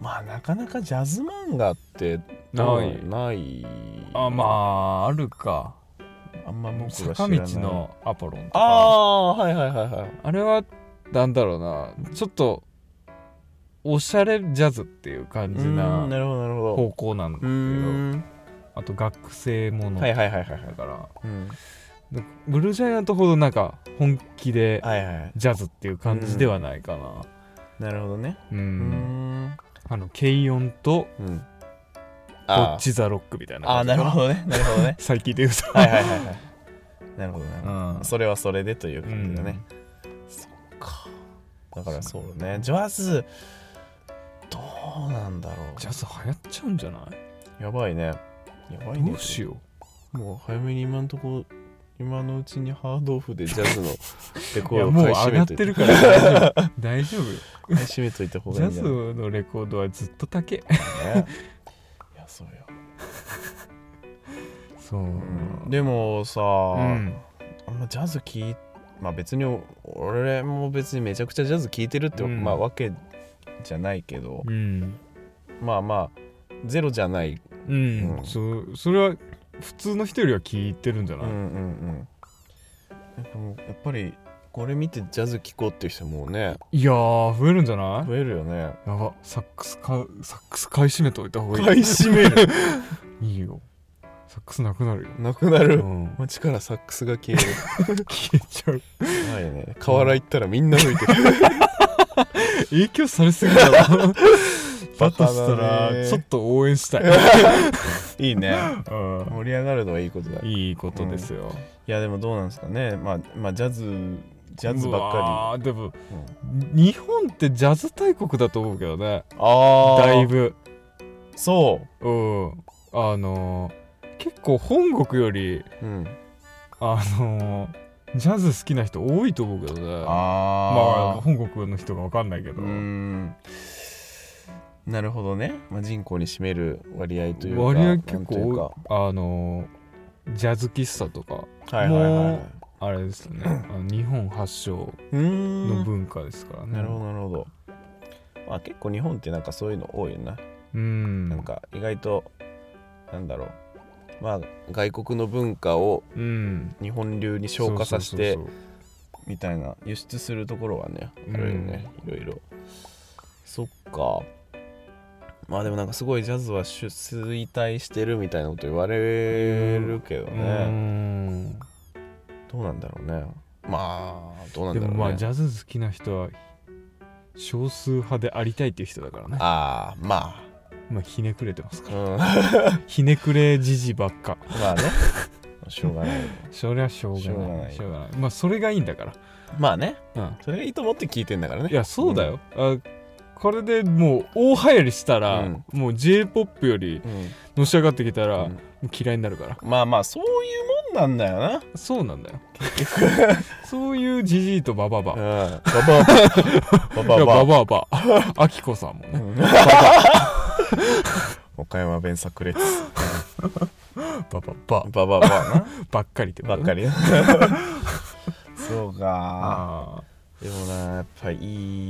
S1: まあなかなかジャズ漫画って
S2: ない
S1: ない
S2: あまああるか
S1: あんま僕は知ら
S2: 坂
S1: な
S2: 道
S1: い
S2: のアポロンと
S1: あ
S2: かあ
S1: あはいはいはいはい
S2: れはなんだろうなちょっとおしゃれジャズっていう感じ
S1: うーん
S2: な
S1: なるほどなるほど
S2: 方向なんだけ
S1: うー
S2: ど
S1: ん
S2: あと学生もの
S1: はい
S2: だ
S1: はいはいはいはい
S2: から
S1: うん
S2: なんかブルージャイアントほどなんか本気で
S1: はいはい
S2: ジャズっていう感じではないかな
S1: なるほどね
S2: うん、
S1: うーん
S2: あの軽音と
S1: うん
S2: こ
S1: あ
S2: っちザロックみたいな
S1: ああーなるほどねなるほど ね
S2: 最近で言うと
S1: はいはいはいはいなるほどなるほ
S2: う
S1: ど
S2: ん
S1: それはそれでという感じだね、そうかだからそうねジャズどうなんだろう
S2: ジャズ流行っちゃうんじゃない
S1: やばいね。やばいね。
S2: どうしよ
S1: もう早めに今んとこ、今のうちにハードオフでジャ ズのレ
S2: う
S1: コ
S2: い
S1: ー
S2: や
S1: ド
S2: もう
S1: 買い
S2: 上が
S1: 占め
S2: っ
S1: とい
S2: てるから大丈夫大丈夫よ
S1: 買い占めといた方
S2: ジ
S1: がいい
S2: ャ
S1: んじ
S2: ズ
S1: ゃないか
S2: のレコードはずっと高え
S1: ね。いや、そうよ。
S2: そう、
S1: でもさ、
S2: うん
S1: あんまジャズ聞いまあ別に俺も別にめちゃくちゃジャズ聴いてるって、
S2: うん
S1: まあわけじゃないけど、
S2: うん、
S1: まあまあゼロじゃない、
S2: うん
S1: うん
S2: そそれは普通の人よりは聞いてるんじゃ
S1: う
S2: ない、
S1: んうんうんなんかもうやっぱりこれ見てジャズ聴こうっていう人もね
S2: いやー増えるんじゃない
S1: 増えるよね
S2: やばサックスかサックス買い占めといた方がいい
S1: 買い占める
S2: いいよサックスなくなるよ、
S1: なくな
S2: う
S1: る
S2: ん、
S1: 街からサックスが消える
S2: 消えちゃう
S1: やばいね河原行ったらみんな吹いてる
S2: 影響されすぎだろだ
S1: バ
S2: と
S1: カだね
S2: したらちょっと応援したい、
S1: いい ね
S2: うん
S1: 盛り上がるのはいいことだい
S2: いいことですよ、
S1: やでもどうなんですかねまあまあジャズジャズばっか
S2: りでも
S1: り、うん
S2: 日本ってジャズ大国だと思うけどね
S1: ああ
S2: だいぶ
S1: そ
S2: うんあのー結構本国より
S1: う、うん、
S2: あのージャズ好きな人多いと思うけどねまあ
S1: あ
S2: 本国の人が分かんないけど
S1: うーんなるほどね、まあ、人口に占める割合というか
S2: 割合結
S1: なんという
S2: 構多いあのージャズ喫茶とか
S1: かはいはいはいは
S2: も
S1: いう
S2: あれです ねあの日本発祥
S1: うー
S2: の
S1: ん
S2: 文化ですからね
S1: なるほどなるほど、まあ、結構日本ってなんかそういうの多いよな
S2: うん
S1: なんか意外となんだろうまあ外国の文化を
S2: うん
S1: 日本流に昇華させて
S2: そうそうそう
S1: みたいな輸出するところはね
S2: うん
S1: いろいろねいろいろそっかまあでもなんかすごいジャズは出衰退してるみたいなこと言われるけど
S2: そうう
S1: ね
S2: ん
S1: どうなんだろうねまあどうなん
S2: で
S1: だろう
S2: も
S1: ね
S2: まあジャズ好きな人は少数派でありたいっていう人だからね
S1: ああま
S2: まあひねくれてます
S1: あ
S2: か
S1: う
S2: ら
S1: ん
S2: ひねくれじじばっか
S1: まあねしょうがない
S2: それはしょうが
S1: しょうが
S2: な
S1: ないい
S2: しょうがないまあそれがいいんだか
S1: まあね
S2: ら、
S1: それがいいと思って聞いてんだから
S2: うん、
S1: ね
S2: いやそうだよ、あこれでもう大流行りしたら、
S1: うん
S2: もう j p o p より
S1: うん
S2: のし上がってきたら、
S1: うん
S2: もう嫌いになるから
S1: まあまあそういうもんなんだよな
S2: そうなんだよ そういうじ じいとバババ
S1: うん、ババア
S2: いや
S1: ババ
S2: バ
S1: ア
S2: ババ あきこさんもね
S1: 岡山弁炸裂
S2: バババ
S1: バババな
S2: ばっかりってこ
S1: ば
S2: と
S1: っ
S2: ね
S1: かり そうか
S2: あ
S1: でもなやっぱい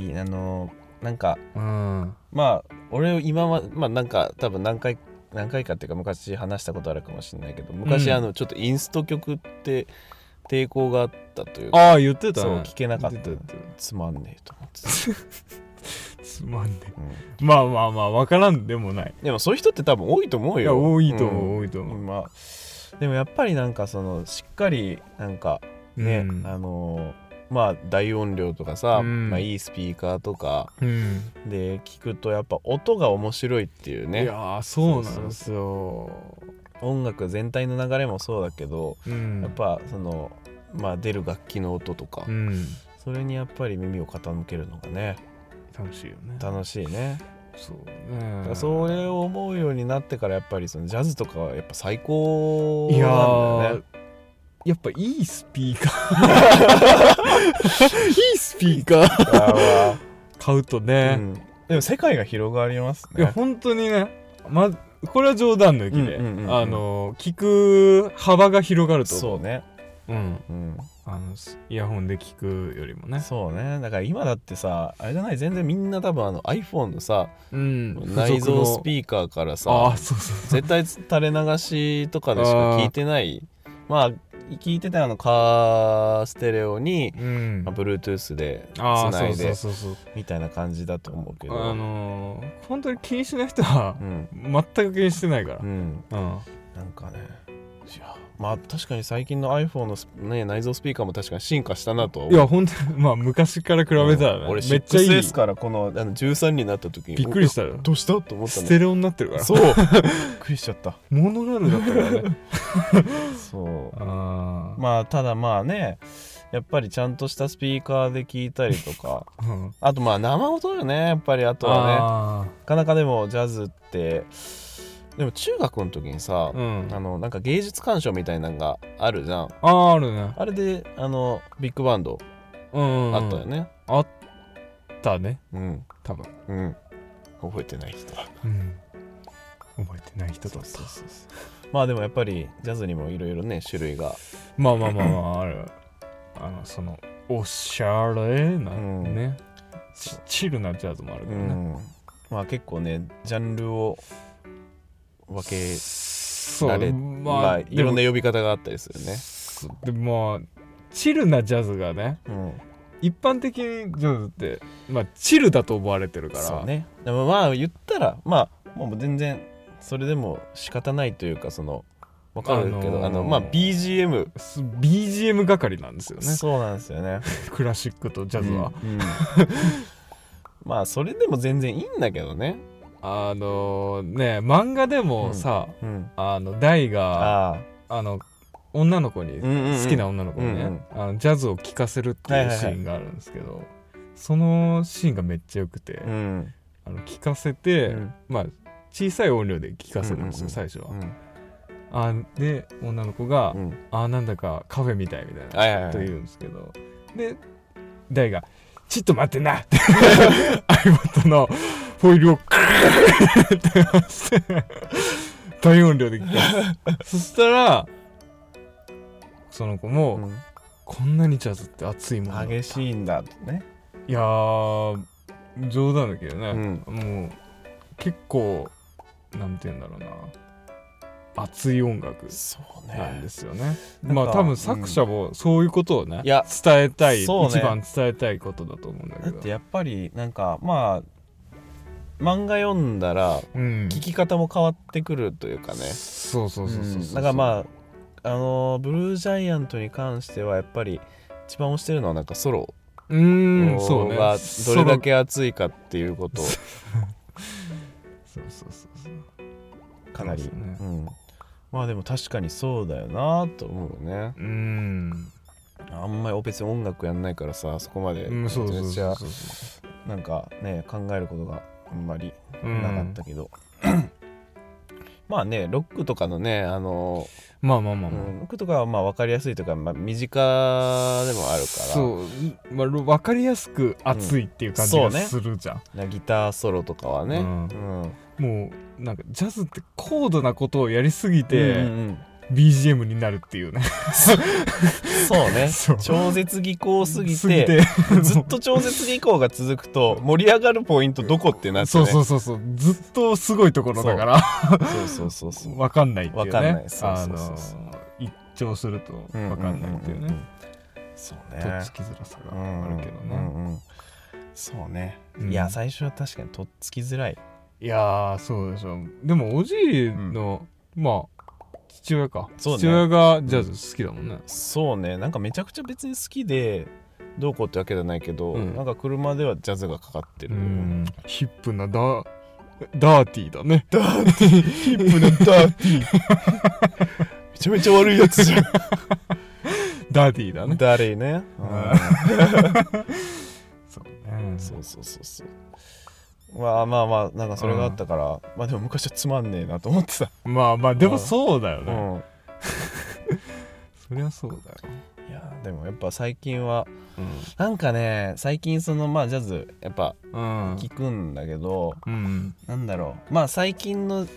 S1: いあのなんか
S2: あうん
S1: まあ俺今はまあなんか多分何回何回かっていうか昔話したことあるかもしれないけど昔、
S2: うん
S1: あのちょっとインスト曲って抵抗があったというか
S2: ああ言ってたね
S1: そう聞けなかった
S2: 言てた
S1: つまんねえと思って
S2: つまんね
S1: た、うん
S2: まあまあまあわからんでもない
S1: でもそういう人って多分多いと思う
S2: いや
S1: よ
S2: 多いと思う、
S1: ん
S2: 多いと思う、
S1: まあでもやっぱりなんかそのしっかりなんかね、
S2: うん
S1: あのーまあ大音量とかさ、
S2: うん
S1: まあ、いいスピーカーとか
S2: うん
S1: で聞くとやっぱ音が面白いっていう
S2: い
S1: ね
S2: やーそうなんですよ
S1: 音楽全体の流れもそうだけど、
S2: うん
S1: やっぱそのまあ出る楽器の音とか、
S2: うん
S1: それにやっぱり耳を傾けるのがね
S2: 楽しいよね
S1: 楽しいね、
S2: そう
S1: だか
S2: ね
S1: らそれを思うようになってからやっぱりそのジャズとかはやっぱ最高
S2: い
S1: なんだ
S2: や
S1: よね
S2: ーやっぱいいスピーカ ーいいスピーカー
S1: だから
S2: 買うと
S1: う
S2: ね、
S1: ん、でも世界が広がります
S2: いや
S1: ね
S2: 本当にねまこれは冗談抜きで、
S1: うんうんうんうん
S2: あの聞く幅が広がると思
S1: そうね
S2: う、うん、
S1: うん
S2: あのイヤホンで聞くよりもね
S1: そうねだから今だってさあれじゃない全然みんな多分あの iPhone のさ
S2: うん
S1: 内蔵スピーカーから
S2: ああ
S1: さ
S2: ーそうそうそう
S1: 絶対垂れ流しとかでしか聞いてないまあ聞いてたあのカーステレオに、
S2: うん
S1: まあ、Bluetooth でつ
S2: ああ
S1: な
S2: そう
S1: い
S2: そう
S1: で
S2: そうそう
S1: みたいな感じだと思うけど
S2: あのー、本当に気にしない人は
S1: うん
S2: 全く気にしてないから
S1: うん
S2: うん
S1: なんかねいやまあ確かに最近の iPhone のス、ね、内蔵スピーカーも確かに進化したなとは思
S2: いうや本当にまあ昔から比べたらね
S1: 俺
S2: めっちゃいい
S1: 6S からこのあの13になった時に
S2: びっくりしたよ
S1: おどうしたと思った
S2: ス
S1: ん
S2: テレオになってるから
S1: そう びっくりしちゃった
S2: モノラルだったから ね
S1: そう
S2: ああ
S1: まあただまあねやっぱりちゃんとしたスピーカーで聞いたりとか
S2: うん
S1: あとまあ生音よねやっぱりあとはね
S2: あ
S1: なかなかでもジャズってでも中学の時にさ
S2: ー、うん
S1: あのなんか芸術鑑賞みたいなのがあるじゃん
S2: あーあるね
S1: あれであのビッグバンド
S2: うん
S1: あったよね
S2: あったね
S1: うん
S2: 多分
S1: うん、覚えてない人だ
S2: うん覚えてない人だ
S1: そう
S2: った
S1: そうそうまあでもやっぱりジャズにもいろいろね種類が
S2: まあまあまあまああるあのそのおしゃれな
S1: うん
S2: ね、ちチルなジャズもあるけど
S1: う
S2: ね、
S1: ん、まあ結構ねジャンルを分け
S2: そう
S1: られ
S2: まあ、
S1: まあいろんな
S2: で
S1: 呼び方があったりするね
S2: もでもまあチルなジャズがね
S1: うん
S2: 一般的にジャズってまあチルだと思われてるから
S1: そうねでもまあ言ったらまあもう全然それでも仕方ないというかその分かるけど、あ
S2: あ
S1: の
S2: のー
S1: まあ BGM、
S2: す BGM 係なんですよね
S1: そうなんですよね
S2: クラシックとジャズは、
S1: うんうんまあそれでも全然いいんだけどね
S2: あのね漫画でもさ、
S1: うん
S2: あのダイが
S1: ああ
S2: あの女の子に、
S1: うんうんうん
S2: 好きな女の子にね、
S1: うん
S2: あのジャズを聴かせるっていうシーンがあるんですけど、そのシーンがめっちゃ良くて、
S1: うん
S2: あの聴かせて、
S1: うん
S2: まあ小さい音量で聴かせるんですよ、
S1: うんうんうん
S2: 最初は
S1: う。ん
S2: あで女の子が「
S1: うん
S2: あーなんだかカフェみたい」みたいな
S1: はいはいはい
S2: と言うんですけどで大が「ちょっと待ってな」って iPod のフォイルをクーって回して大音量で聞かすそしたらその子も、
S1: う
S2: こんなにジャズって熱いもんだ
S1: ん激しいんだってね、
S2: いやー冗談だけどね、
S1: ん、
S2: もう結構なんて言うんだろうな熱い音楽
S1: そう
S2: なん
S1: ね
S2: ですよね。
S1: なん
S2: まあ
S1: か
S2: 多分作者もそういうことをね、
S1: いや
S2: 伝えたい、
S1: そうね
S2: 一番伝えたいことだと思うんだ
S1: だ
S2: け
S1: って
S2: ど。
S1: やっぱりなんかまあ漫画読んだら
S2: うん
S1: 聞き方も変わってくるというかね
S2: そうそうそうそうそう
S1: うんだからまああのーブルージャイアントに関してはやっぱり一番推してるのはなんかソロ
S2: あうーんそうね
S1: がどれだけ熱いかっていうことを
S2: そのそうそうそうそう
S1: かなり、
S2: そうですね
S1: うん、まあでも確かにそうだよなと思うよね
S2: うーん
S1: あんまり別に音楽やんないからさそこまで
S2: う
S1: め
S2: ん
S1: ちゃ
S2: そうそう
S1: めち
S2: そ
S1: ゃ
S2: うそ
S1: なんかね考えることがあんまり
S2: ううん
S1: なかったけど、 まあねロックとかのねあの、
S2: まあまあま
S1: う
S2: あまあ
S1: んロックとかはまあ分かりやすいというか、まあ、身近でもあるから
S2: そう、まあ、分かりやすく熱いっていう感じ
S1: う
S2: が
S1: んそうね
S2: するじゃん、
S1: なギターソロとかはね、う
S2: うんんもうなんかジャズって高度なことをやりすぎて、
S1: うんうんうん
S2: BGM になるっていうね
S1: そうね
S2: そう
S1: 超絶技巧すぎ て
S2: すぎて
S1: ずっと超絶技巧が続くと盛り上がるポイントどこってなって、
S2: そ
S1: ね、
S2: うそうそうそうずっとすごいところだから
S1: そうそうそうそう
S2: わかんないっていうね
S1: わかんないそう
S2: あ
S1: そう
S2: の
S1: そうそう
S2: 一聴するとわかんないっていうね、
S1: んんんんそうね
S2: とっつきづらさがあるけどね、
S1: うんうんうんそうね、
S2: うん
S1: いや最初は確かにとっつきづらい
S2: いやーそうでしょでもおじいの、まあ父親か、
S1: そうね
S2: 父親がジャズ好きだもんね、
S1: そうねなんかめちゃくちゃ別に好きでどうこうってわけじゃないけど、
S2: うん
S1: なんか車ではジャズがかかって
S2: う
S1: る、
S2: ん、ヒップなダダーティーだね
S1: ヒップのダーティーめちゃめちゃ悪いやつじゃん
S2: ダーティー だね
S1: ダーリーね、
S2: そうね
S1: そうそうそうそうまあまあまあなんかそれがあったから、まあでも昔はつまんねえなと思ってた、
S2: まあまあでもそうだよ
S1: う
S2: ね、
S1: ん、
S2: そりゃそうだよ、
S1: いやでもやっぱ最近はなんかね最近そのまあジャズやっぱ
S2: うんうん
S1: 聞くんだけど、
S2: うん
S1: なんだろうまあ最近のジ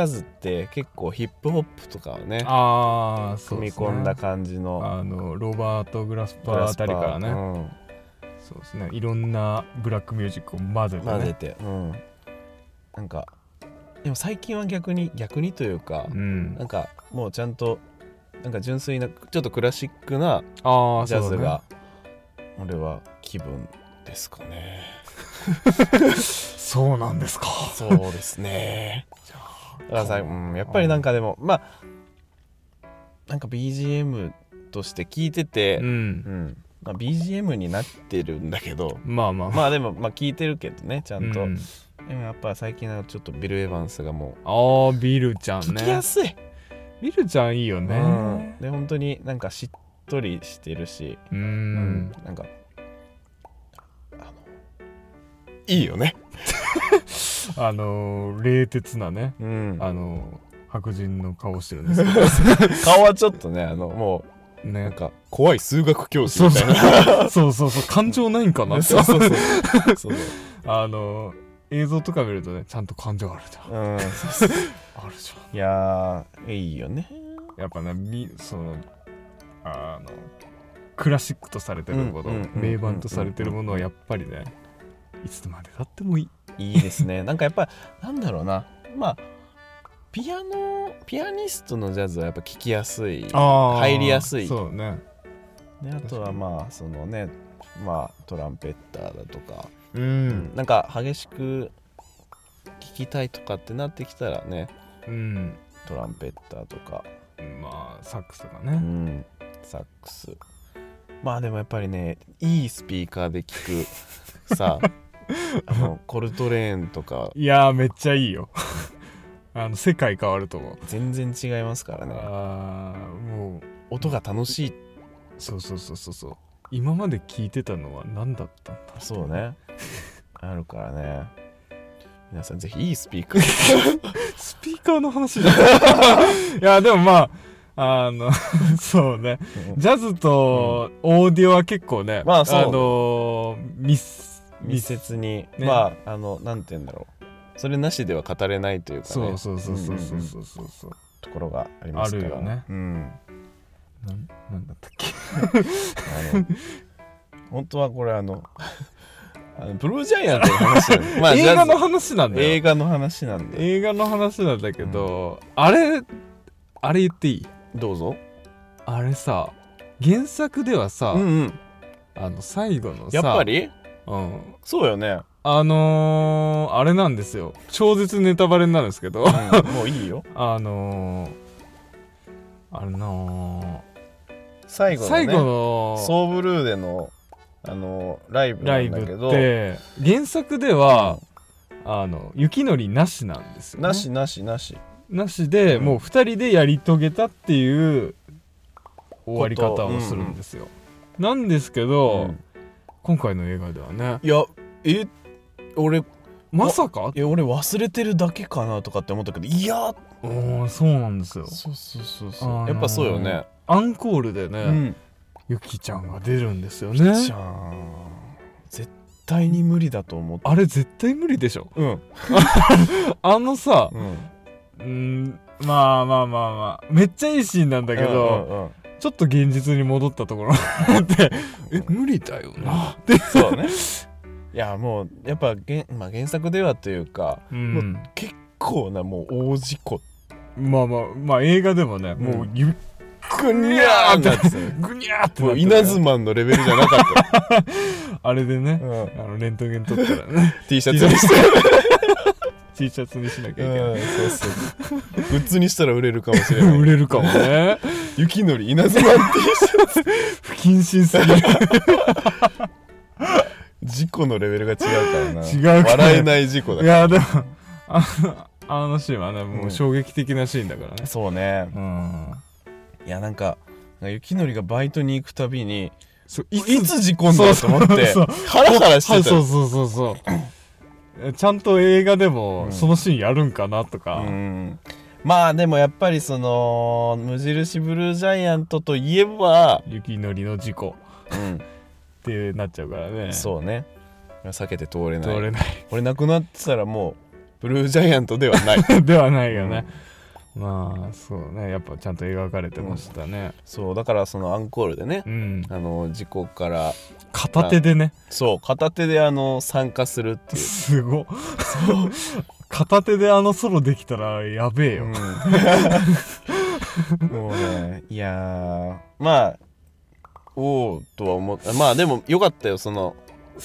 S1: ャズって結構ヒップホップとかをね
S2: ああそう
S1: 組
S2: で
S1: み
S2: すね
S1: 込んだ感じの
S2: あのロバート・グラスパ
S1: グ
S2: ー
S1: ラ
S2: あ
S1: スパ
S2: た
S1: ー
S2: りからね、
S1: うん
S2: そうですねいろんなブラックミュージックを混ぜてね
S1: 混ぜて、うん、なんかでも最近は逆に逆にというか、
S2: うん
S1: なんかもうちゃんとなんか純粋なちょっとクラシックな
S2: ああ
S1: ジャズ
S2: そうだね
S1: が、俺は気分ですかね
S2: そうなんですか
S1: そうです ねだからさ、うん、やっぱりなんかでもまあなんか BGM として聞いてて、
S2: う
S1: うん
S2: ん
S1: まあ、BGM になってるんだけど
S2: まあまあ
S1: まあでもまあ聞いてるけどねちゃんと、
S2: うん
S1: でもやっぱ最近はちょっとビル・エヴァンスがも
S2: ああビルちゃ
S1: うん聞き
S2: ね
S1: やすい、
S2: ビルちゃんいいよ
S1: うん
S2: ね、
S1: で本当になんかしっとりしてるし、
S2: うん
S1: うんなんかあのいいよね
S2: あのー冷徹なね
S1: うん
S2: あのー白人の顔してるんですけ
S1: 顔はちょっとねあのも
S2: ど
S1: うな
S2: ね
S1: んか怖い数学教師
S2: そ
S1: み
S2: う
S1: た
S2: そ
S1: いな
S2: うそうそうそう感情ないんかなって
S1: そうそうそうそう
S2: あのー映像とか見るとねちゃんと感情あるじゃん
S1: うん
S2: あるじゃん
S1: いやーいいよね
S2: やっぱねみそのあのクラシックとされてるも
S1: うんうん
S2: の
S1: うんうん
S2: 名盤とされてるものはやっぱりねいつまでたってもいい
S1: いいですねなん かやっぱなんだろうなまあピアノピアニストのジャズはやっぱ聴きやすい入りやすい
S2: そうね
S1: であとはまあそのねまあトランペッターだとか、
S2: う
S1: うん、なんか激しく聴きたいとかってなってきたらね
S2: うん
S1: トランペッターとか、
S2: まあサックスが
S1: う
S2: ね
S1: ん、サックスまあでもやっぱりねいいスピーカーで聴く さあのコルトレーンとか
S2: いやーめっちゃいいよ あの世界変わると思う
S1: 全然違いますからね
S2: あーもう
S1: 音が楽しい
S2: そうそうそうそうそう今まで聞いてたのは何だったんだ
S1: そうねあるからね皆さんぜひいいスピーカ ー
S2: スピーカーの話じゃんいやでもまああのそうねジャズとオーディオは結構ね、
S1: まあそう
S2: の密
S1: 密接に、
S2: ね
S1: まああのなんて言うんだろうそれなしでは語れないというかね
S2: そうそうそうそうそ
S1: ん
S2: うん
S1: ん
S2: そうそうそう
S1: ところがありますから
S2: あるよね
S1: うん
S2: なんなんだったっけ
S1: あ の本当はこれあのあのブルージャイアントの話なん でまあ
S2: 映画の
S1: ジャ
S2: 話なん
S1: ズ
S2: だよ
S1: 映画の話なんで
S2: 映画の話なんだけど、あれあれ言っていい
S1: どうぞ
S2: あれさ原作ではさ、
S1: うんうん
S2: あの最後のさ
S1: やっぱ、り
S2: うん、
S1: そうよ ね、
S2: あのー、あれなんですよ超絶ネタバレになるんですけど
S1: うんもういいよ
S2: あのー、あれなー
S1: 最後の、ね、
S2: 最後の
S1: ソーブルーでのあのライブな
S2: ライ
S1: ん
S2: ブ
S1: だけど
S2: って原作では、あの雪のりなしなんですよ、ね、
S1: なしなしなし
S2: なしで、
S1: うん
S2: もう2人でやり遂げたっていう終わり方をするんですよ、なんですけど、
S1: うん
S2: 今回の映画ではね
S1: いやえ俺
S2: まさか
S1: いや俺忘れてるだけかなとかって思ったけどいや
S2: おーそうなんですよ
S1: そうそうそう
S2: あのー
S1: やっぱそうよね
S2: アンコールで
S1: う
S2: ね、ゆきちゃんが出るんですよね
S1: じゃあ絶対に無理だと思って
S2: あれ絶対無理でしょ
S1: うん
S2: あのさ
S1: うん
S2: うんまあまあまあまあめっちゃいいシーンなんだけど、
S1: うんうんうん
S2: ちょっと現実に戻ったところって え無理だよなって、
S1: そうね いやもうやっぱ原,、まあ、原作ではというか
S2: うん、
S1: 結構なもう大事故
S2: まあまあまあ映画でもね、もうゆ
S1: ぐ
S2: にゃーってなって
S1: たよ
S2: ぐにゃーってな
S1: も
S2: って
S1: う
S2: る
S1: イナズマンのレベルじゃなかっ
S2: あれで
S1: た
S2: ね、
S1: よ、うん、
S2: あのレントゲン撮ったらね
S1: T シャツにして、
S2: T シャツにしなきゃいけない。
S1: うん、そうそう グッズにした ら売れるかもしれない
S2: 売れるかもね
S1: 雪のり稲妻って
S2: 不謹慎すぎる
S1: 事故のレベルが違うからな
S2: 違うから
S1: 笑えない事故だ
S2: いやでもあのあのシーンはねもうんう衝撃的なシーンだからね
S1: そうね
S2: うん
S1: いやなんかなんか雪のりがバイトに行くたびに
S2: そう
S1: いつ事故んだろうと思って
S2: そう
S1: ハラハラして
S2: はい
S1: た
S2: そう
S1: よ
S2: そうそうそうちゃんと映画でも
S1: うん
S2: そのシーンやるんかなとか、
S1: うんまあでもやっぱりその無印ブルージャイアントといえば、
S2: 雪のりの事故ってなっちゃうからね
S1: そうね避けて通れない
S2: 通れない
S1: 俺なくなってたらもブルージャイアントではない
S2: ではないよね、まあそうねやっぱちゃんと描かれてましたね
S1: そうだからそのアンコールでね
S2: うん、
S1: あの事故から
S2: 片手でね
S1: そう片手であの参加するっていう
S2: す ごっ片手であのソロできたらやべえよ、
S1: うん もうねいやーまあおおとは思ったまあでもよかったよその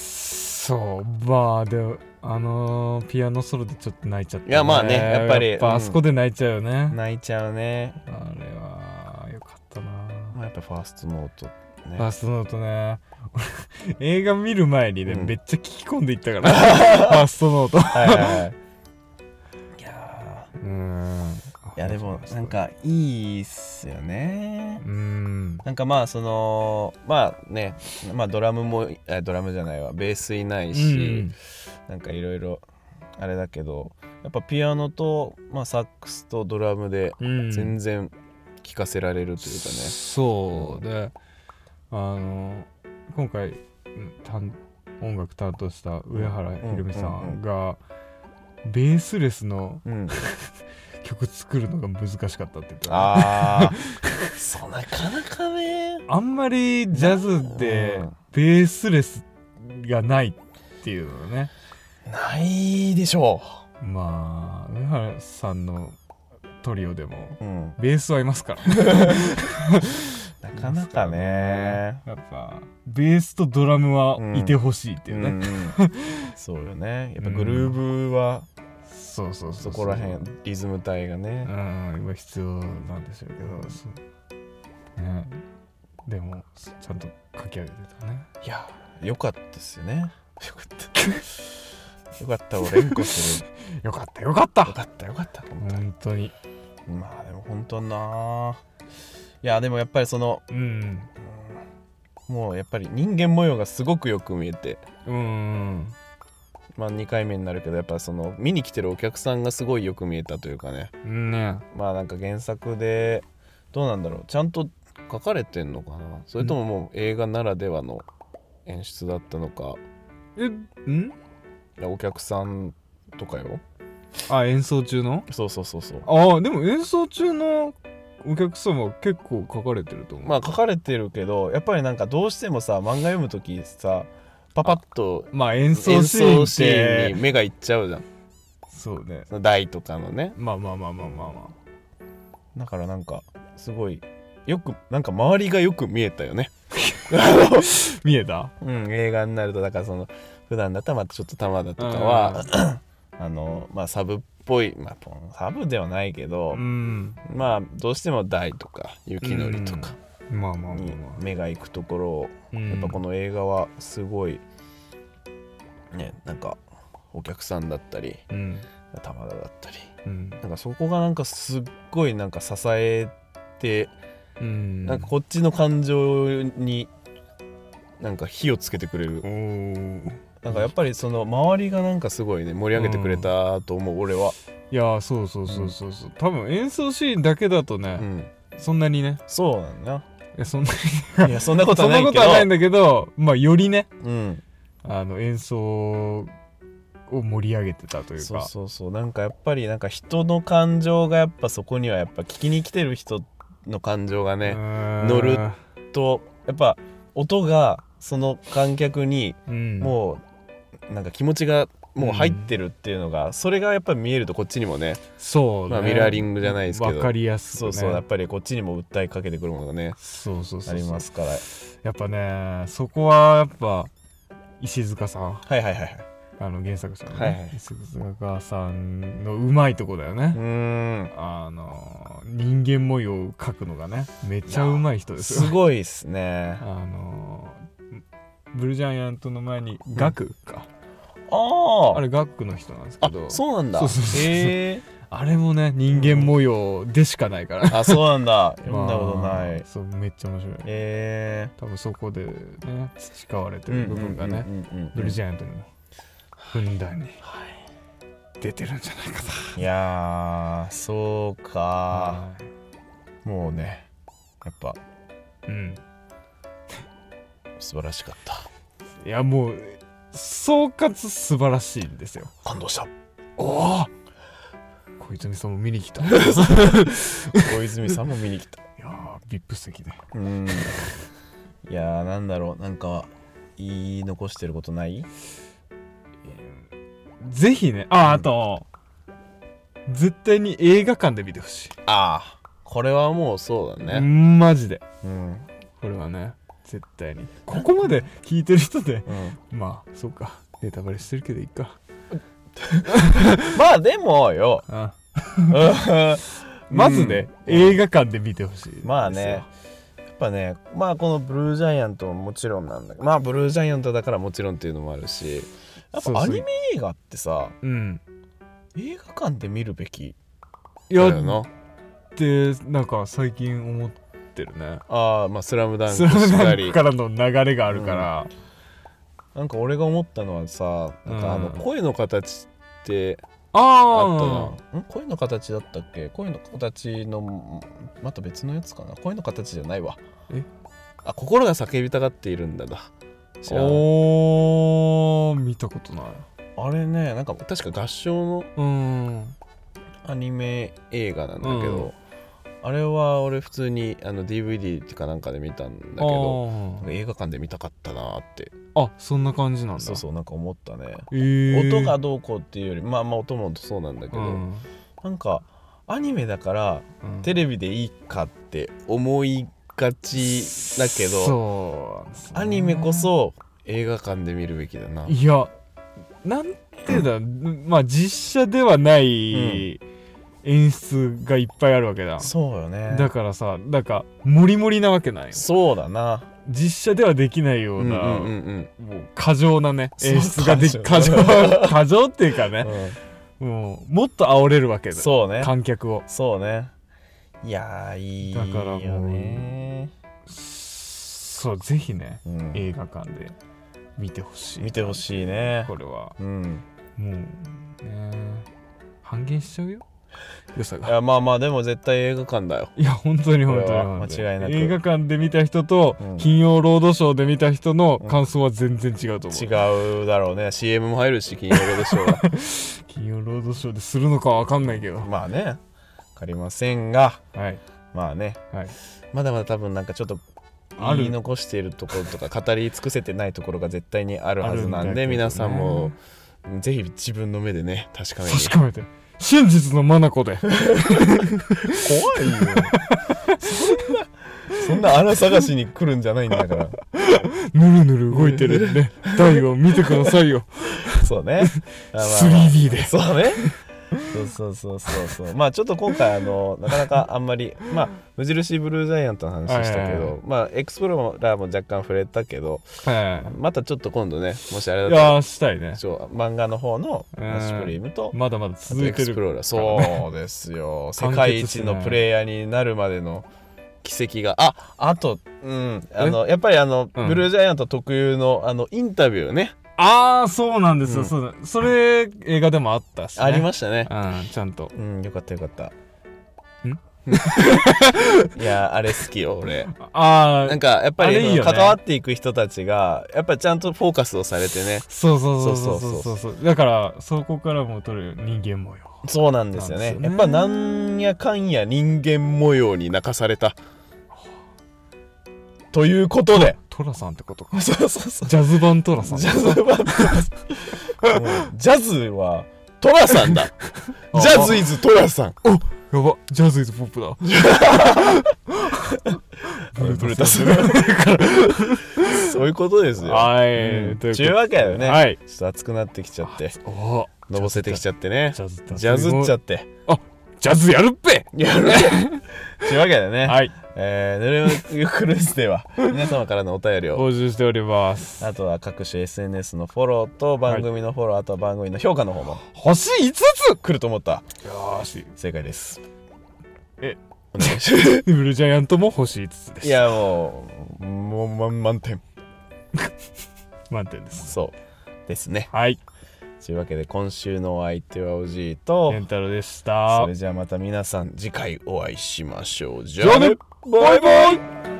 S2: そうまあでもあのーピアノソロでちょっと泣いちゃった、
S1: いやまあねやっぱり
S2: やっぱ
S1: うん
S2: あそこで泣いちゃうよね、
S1: 泣いちゃうね、
S2: あれはよかったな、
S1: まあ、やっぱファーストノートね
S2: ファーストノートね 俺映画見る前にね、
S1: うん
S2: めっちゃ聞き込んでいった からファーストノート
S1: はいはいはいいや
S2: うん
S1: ーいやでもなんかいいっすよね
S2: うん
S1: なんかまあそのまあねまあドラムもあドラムじゃないわベースいないし、
S2: うん
S1: なんかいろいろあれだけどやっぱピアノと、まあ、サックスとドラムで
S2: うん
S1: 全然聴かせられるというかね、
S2: そうで、あの今回担音楽担当した上原ひろみさんが、ベースレスの
S1: うん、
S2: 曲作るのが難しかったって言ってた
S1: ああ そうなかなかね
S2: あんまりジャズってベースレスがないっていうのがね
S1: ないでしょ
S2: まあ上原さんのトリオでも
S1: う、うん、
S2: ベースはいますから
S1: なかなかね
S2: やっぱベースとドラムはいてほしいっていうね、
S1: うんうんそうよねやっぱグルーヴは
S2: そうそうそう
S1: そうこら辺リズム体がね、
S2: うん今必要なんでしょうけどそうねでもちゃんと書き上げてたね
S1: いやよかったですよねよかった よかったを連呼する
S2: よかったよかった
S1: よかったよかった本当に
S2: 本当に
S1: まあでも本当なあいやでもやっぱりその
S2: うん
S1: もうやっぱり人間模様がすごくよく見えて
S2: うん
S1: まあ2回目になるけどやっぱその見に来てるお客さんがすごいよく見えたというかね
S2: ね
S1: まあなんか原作でどうなんだろうちゃんと書かれてんのかなそれとももう映画ならではの演出だったのか
S2: えん
S1: いやお客さんとかよ
S2: あ演奏中の
S1: そうそうそうそう
S2: ああでも演奏中のお客様は結構書かれてると思う
S1: まあ書かれてるけどやっぱりなんかどうしてもさ漫画読む時さパパッと
S2: まあ演奏
S1: 演
S2: シーン
S1: 奏
S2: っ
S1: シー
S2: て
S1: ンに目がいっちゃうじゃん
S2: そうね
S1: その台とかのね
S2: まあまあまあまあまあまあ
S1: だからなんかすごいよくなんか周りがよく見えたよね、
S2: 見えた
S1: うん、映画になるとだからその普段だったらまたちょっと玉田とかは、あのまあサブっぽい、まあ、ポンサブではないけど
S2: う、ん
S1: まあどうしても台とか雪のりとか
S2: まあまあまあ
S1: に
S2: ま
S1: 目が行くところを
S2: あ
S1: やっぱこ
S2: の
S1: の映画はすごいねなんかお客さんだったり
S2: うん
S1: 玉田だったり
S2: うん
S1: なんかそこがなんかすっごいなんか支えて
S2: うん
S1: なんかこっちの感情になんか火をつけてくれる
S2: おー
S1: なんかやっぱりその周りがなんかすごいね盛り上げてくれたと思う俺は、
S2: いやーそうそうそうそうそう、多分演奏シーンだけだと
S1: う
S2: ね、
S1: ん、
S2: そんなにね
S1: そうなんだ
S2: いやそんな
S1: ないやそんなこと
S2: そ
S1: は
S2: ん
S1: な
S2: ないこ
S1: け
S2: と
S1: ど
S2: はないんだけどまあよりね
S1: うん
S2: あの演奏を盛り上げてたという
S1: そう
S2: か
S1: そうそうなんかやっぱりなんか人の感情がやっぱそこにはやっぱ聞きに来てる人の感情が
S2: う
S1: ね、
S2: ーん
S1: 乗るとやっぱ音がその観客に
S2: うん
S1: もうなんか気持ちがもう入ってるっていうのが、それがやっぱり見えるとこっちにもね
S2: そう、ね
S1: まあミラーリングじゃないですけど
S2: わかりやすく、
S1: そ
S2: ね、
S1: うそう、やっぱりこっちにも訴えかけてくるものがね
S2: そうそうそう
S1: ありますすから
S2: やっぱねそこはやっぱ石塚さん
S1: はいはいはいはい
S2: あの原作者の、ね
S1: はいはい
S2: 石塚さんのうまいとこだよね、
S1: うーん
S2: あの人間模様を描くのがねめっちゃうまい人です
S1: す
S2: よ。
S1: ごいっすね
S2: あのブルージャイアントの前にガクか、
S1: あ
S2: あ
S1: あ
S2: れガクの人なんですけ
S1: あ
S2: ど
S1: そうなんだ
S2: そうそうそうそう
S1: へえ
S2: あれもね人間模様でしかないから、
S1: あ そうなんだ読んだこと
S2: まあ
S1: ない
S2: そうめっちゃ面白い
S1: え
S2: 多分そこでね培われ
S1: え
S2: てる部分がね、ブルージャイアントにもふんだんに出てるんじゃないか
S1: いやーそう
S2: な、
S1: か
S2: はい
S1: もうねやっぱ
S2: うん、
S1: 素晴らしかった
S2: いやもう総括素晴らしいんですよ
S1: 感動した
S2: おお小泉さんも見に来 たい
S1: 大泉さんも見に来た
S2: やービップ席で
S1: うん いやーなんだろうなんか言い残してることない
S2: ぜひねああと、絶対に映画館で見てほし
S1: ああこれはもうそう
S2: い、
S1: だね
S2: マジで
S1: うん
S2: これはね絶対にここまで聞いてる人で
S1: うん、
S2: まあそうかネタバレしてるけどいいか
S1: まあでも よ
S2: あ
S1: うん
S2: まずね、
S1: うん
S2: 映画館で見てほしいですよ
S1: まあねやっぱねまあこのブルージャイアントももちろんなんだけどまあブルージャイアントだからもちろんっていうのもあるしやっ
S2: そう
S1: ぱ
S2: そう
S1: アニメ映画ってさ
S2: うん
S1: 映画館で見るべき
S2: い
S1: だ
S2: や
S1: よな
S2: ってなんか最近思ってるね
S1: ああまあ「スラムダンク
S2: スラム
S1: し
S2: ダ
S1: か
S2: ン
S1: り
S2: クからの流れがあるから、
S1: なんか俺が思ったのはさなんかあの
S2: うん
S1: 声の形ってあ
S2: あ
S1: ったな、ん、声の形だったっけ声の形のまた別のやつかな声の形じゃないわ
S2: え
S1: あ心が叫びたがっているんだだ知らん
S2: おー見たことない
S1: あれねなんか確か合唱
S2: う
S1: の
S2: ん
S1: アニメ映画なんだけ
S2: う
S1: ど、あれは俺普通にあの DVD っていうかなんかで見たんだけどなんか映画館で見たかったなーって
S2: あーあそんな感じなんだ
S1: そうそうなんか思ったね、
S2: えー
S1: 音がどうこうっていうよりまあまあ音もそうなんだけど、
S2: うん
S1: なんかアニメだから
S2: うん
S1: テレビでいいかって思いがちだけど
S2: そうなんですね
S1: アニメこそ映画館で見るべきだない
S2: やなんていうんだまあ実写ではない演出がいっぱいあるわけだ、
S1: そうよね
S2: だからさなんかモリモリなわけないよ
S1: そうだな
S2: 実写ではできないよ
S1: う
S2: うん
S1: うん
S2: な、
S1: うんうん
S2: もう過剰なね
S1: そう
S2: 演出ができ過
S1: 過
S2: 剰
S1: 剰
S2: 過剰 っていうかね、
S1: う
S2: もうもっと煽れるわけ
S1: ん
S2: だ
S1: そうね
S2: 観客を
S1: そうねいやーいいよ
S2: だからもう
S1: ね
S2: そうぜひね
S1: うん
S2: 映画館で見てほしい
S1: 見てほしいね
S2: これは
S1: うん
S2: もうね半減しちゃうよ良さ
S1: い
S2: が
S1: やまあまあでも絶対映画館だよ
S2: いや本当に本当に
S1: これは
S2: 本当に
S1: 間違いなく
S2: 映画館で見た人と、
S1: うん
S2: 金曜ロードショーで見た人の感想は全然違うと思う、
S1: 違うだろうね CM も入るし金曜ロードショー
S2: 金曜ロードショーでするのかは分かんないけど
S1: は まあねわかりませんが
S2: はい
S1: まあね
S2: はい
S1: まだまだ多分なんかちょっと
S2: ある
S1: 言い残しているところとか語り尽くせてないところが絶対にあるはずな
S2: あるんだけ
S1: んで
S2: どね
S1: 皆さんもぜひ自分の目でね確かめて
S2: 確かめて真実の眼で
S1: 怖いよ そんなそんな穴探しに来るんじゃないんだから
S2: ぬるぬる動いてるね台を見てくださいよ
S1: そ うねあまあまあ
S2: 3D で
S1: そうねそうそうそうそうそうまあちょっと今回あのなかなかあんまりまあ無印ブルージャイアントの話したけ
S2: はいはいは
S1: どまあエクスプローラーも若干触れたけど
S2: は
S1: またちょっと今度ねもしあれだ
S2: いい
S1: ったら
S2: やーしたいね
S1: そう漫画の方の
S2: うん
S1: マッシュプリームと
S2: まだまだ続い
S1: エク
S2: て
S1: スプ
S2: る
S1: ローラーそうですよ世界一のプレイヤーになるまでの奇跡がああとうんあのやっぱりあの、
S2: うん
S1: ブルージャイアント特有のあのインタビューね
S2: ああそうなんですよ、
S1: うん
S2: そうだそれ映画でもあったし、ね、
S1: あり
S2: し
S1: ましたね
S2: たうんちゃんと
S1: うんよかったよかった
S2: ん
S1: いやあれ好きよ俺
S2: あ
S1: なん
S2: あ
S1: かやっぱ
S2: あれい
S1: り、
S2: いよね
S1: 関わっていく人たちがやっぱりちゃんとフォーカスをされてね
S2: そうそうそうそ
S1: そうう
S2: そ
S1: そう
S2: そうだからそこからも取る人間模様
S1: そうなんですよね
S2: なんですよね
S1: やっぱなんやかんや人間模様に泣かされたということ で
S2: トラさんってことか
S1: そうそうそ
S2: ジャズ版トラさん
S1: ジャズはもうジャズはトラさ んだジャズイズトラさん
S2: やばジャズイズポップだ
S1: ブルータス そういうことですよ
S2: はい、
S1: うん
S2: という
S1: ちゅうわけだよね、
S2: はい
S1: ちょっと熱くなってきちゃって
S2: おお
S1: のぼせてきちゃってね
S2: ジャズって
S1: ジャズっちゃって
S2: ジャズやるっぺ
S1: やる ちゅうわけでね、
S2: はい
S1: えー、ぬるま湯クルーズで は皆様からのお便りを
S2: 募集しております
S1: あとは各種 SNS のフォローと番組のフォロー、あとは番組の評価の方も
S2: 星5つ
S1: 来ると思った
S2: よーし
S1: 正解です
S2: え
S1: お願いし ます
S2: ブルージャイアントも星5つで
S1: い
S2: す
S1: やもうもう満満点
S2: 満点です
S1: そうですね
S2: はい
S1: というわけで今週のお相手はおじいと
S2: ケンタロウでし
S1: そ
S2: た
S1: れじゃあまた皆さん次回お会いしましょう
S2: じ
S1: じ
S2: ゃあねバイバイ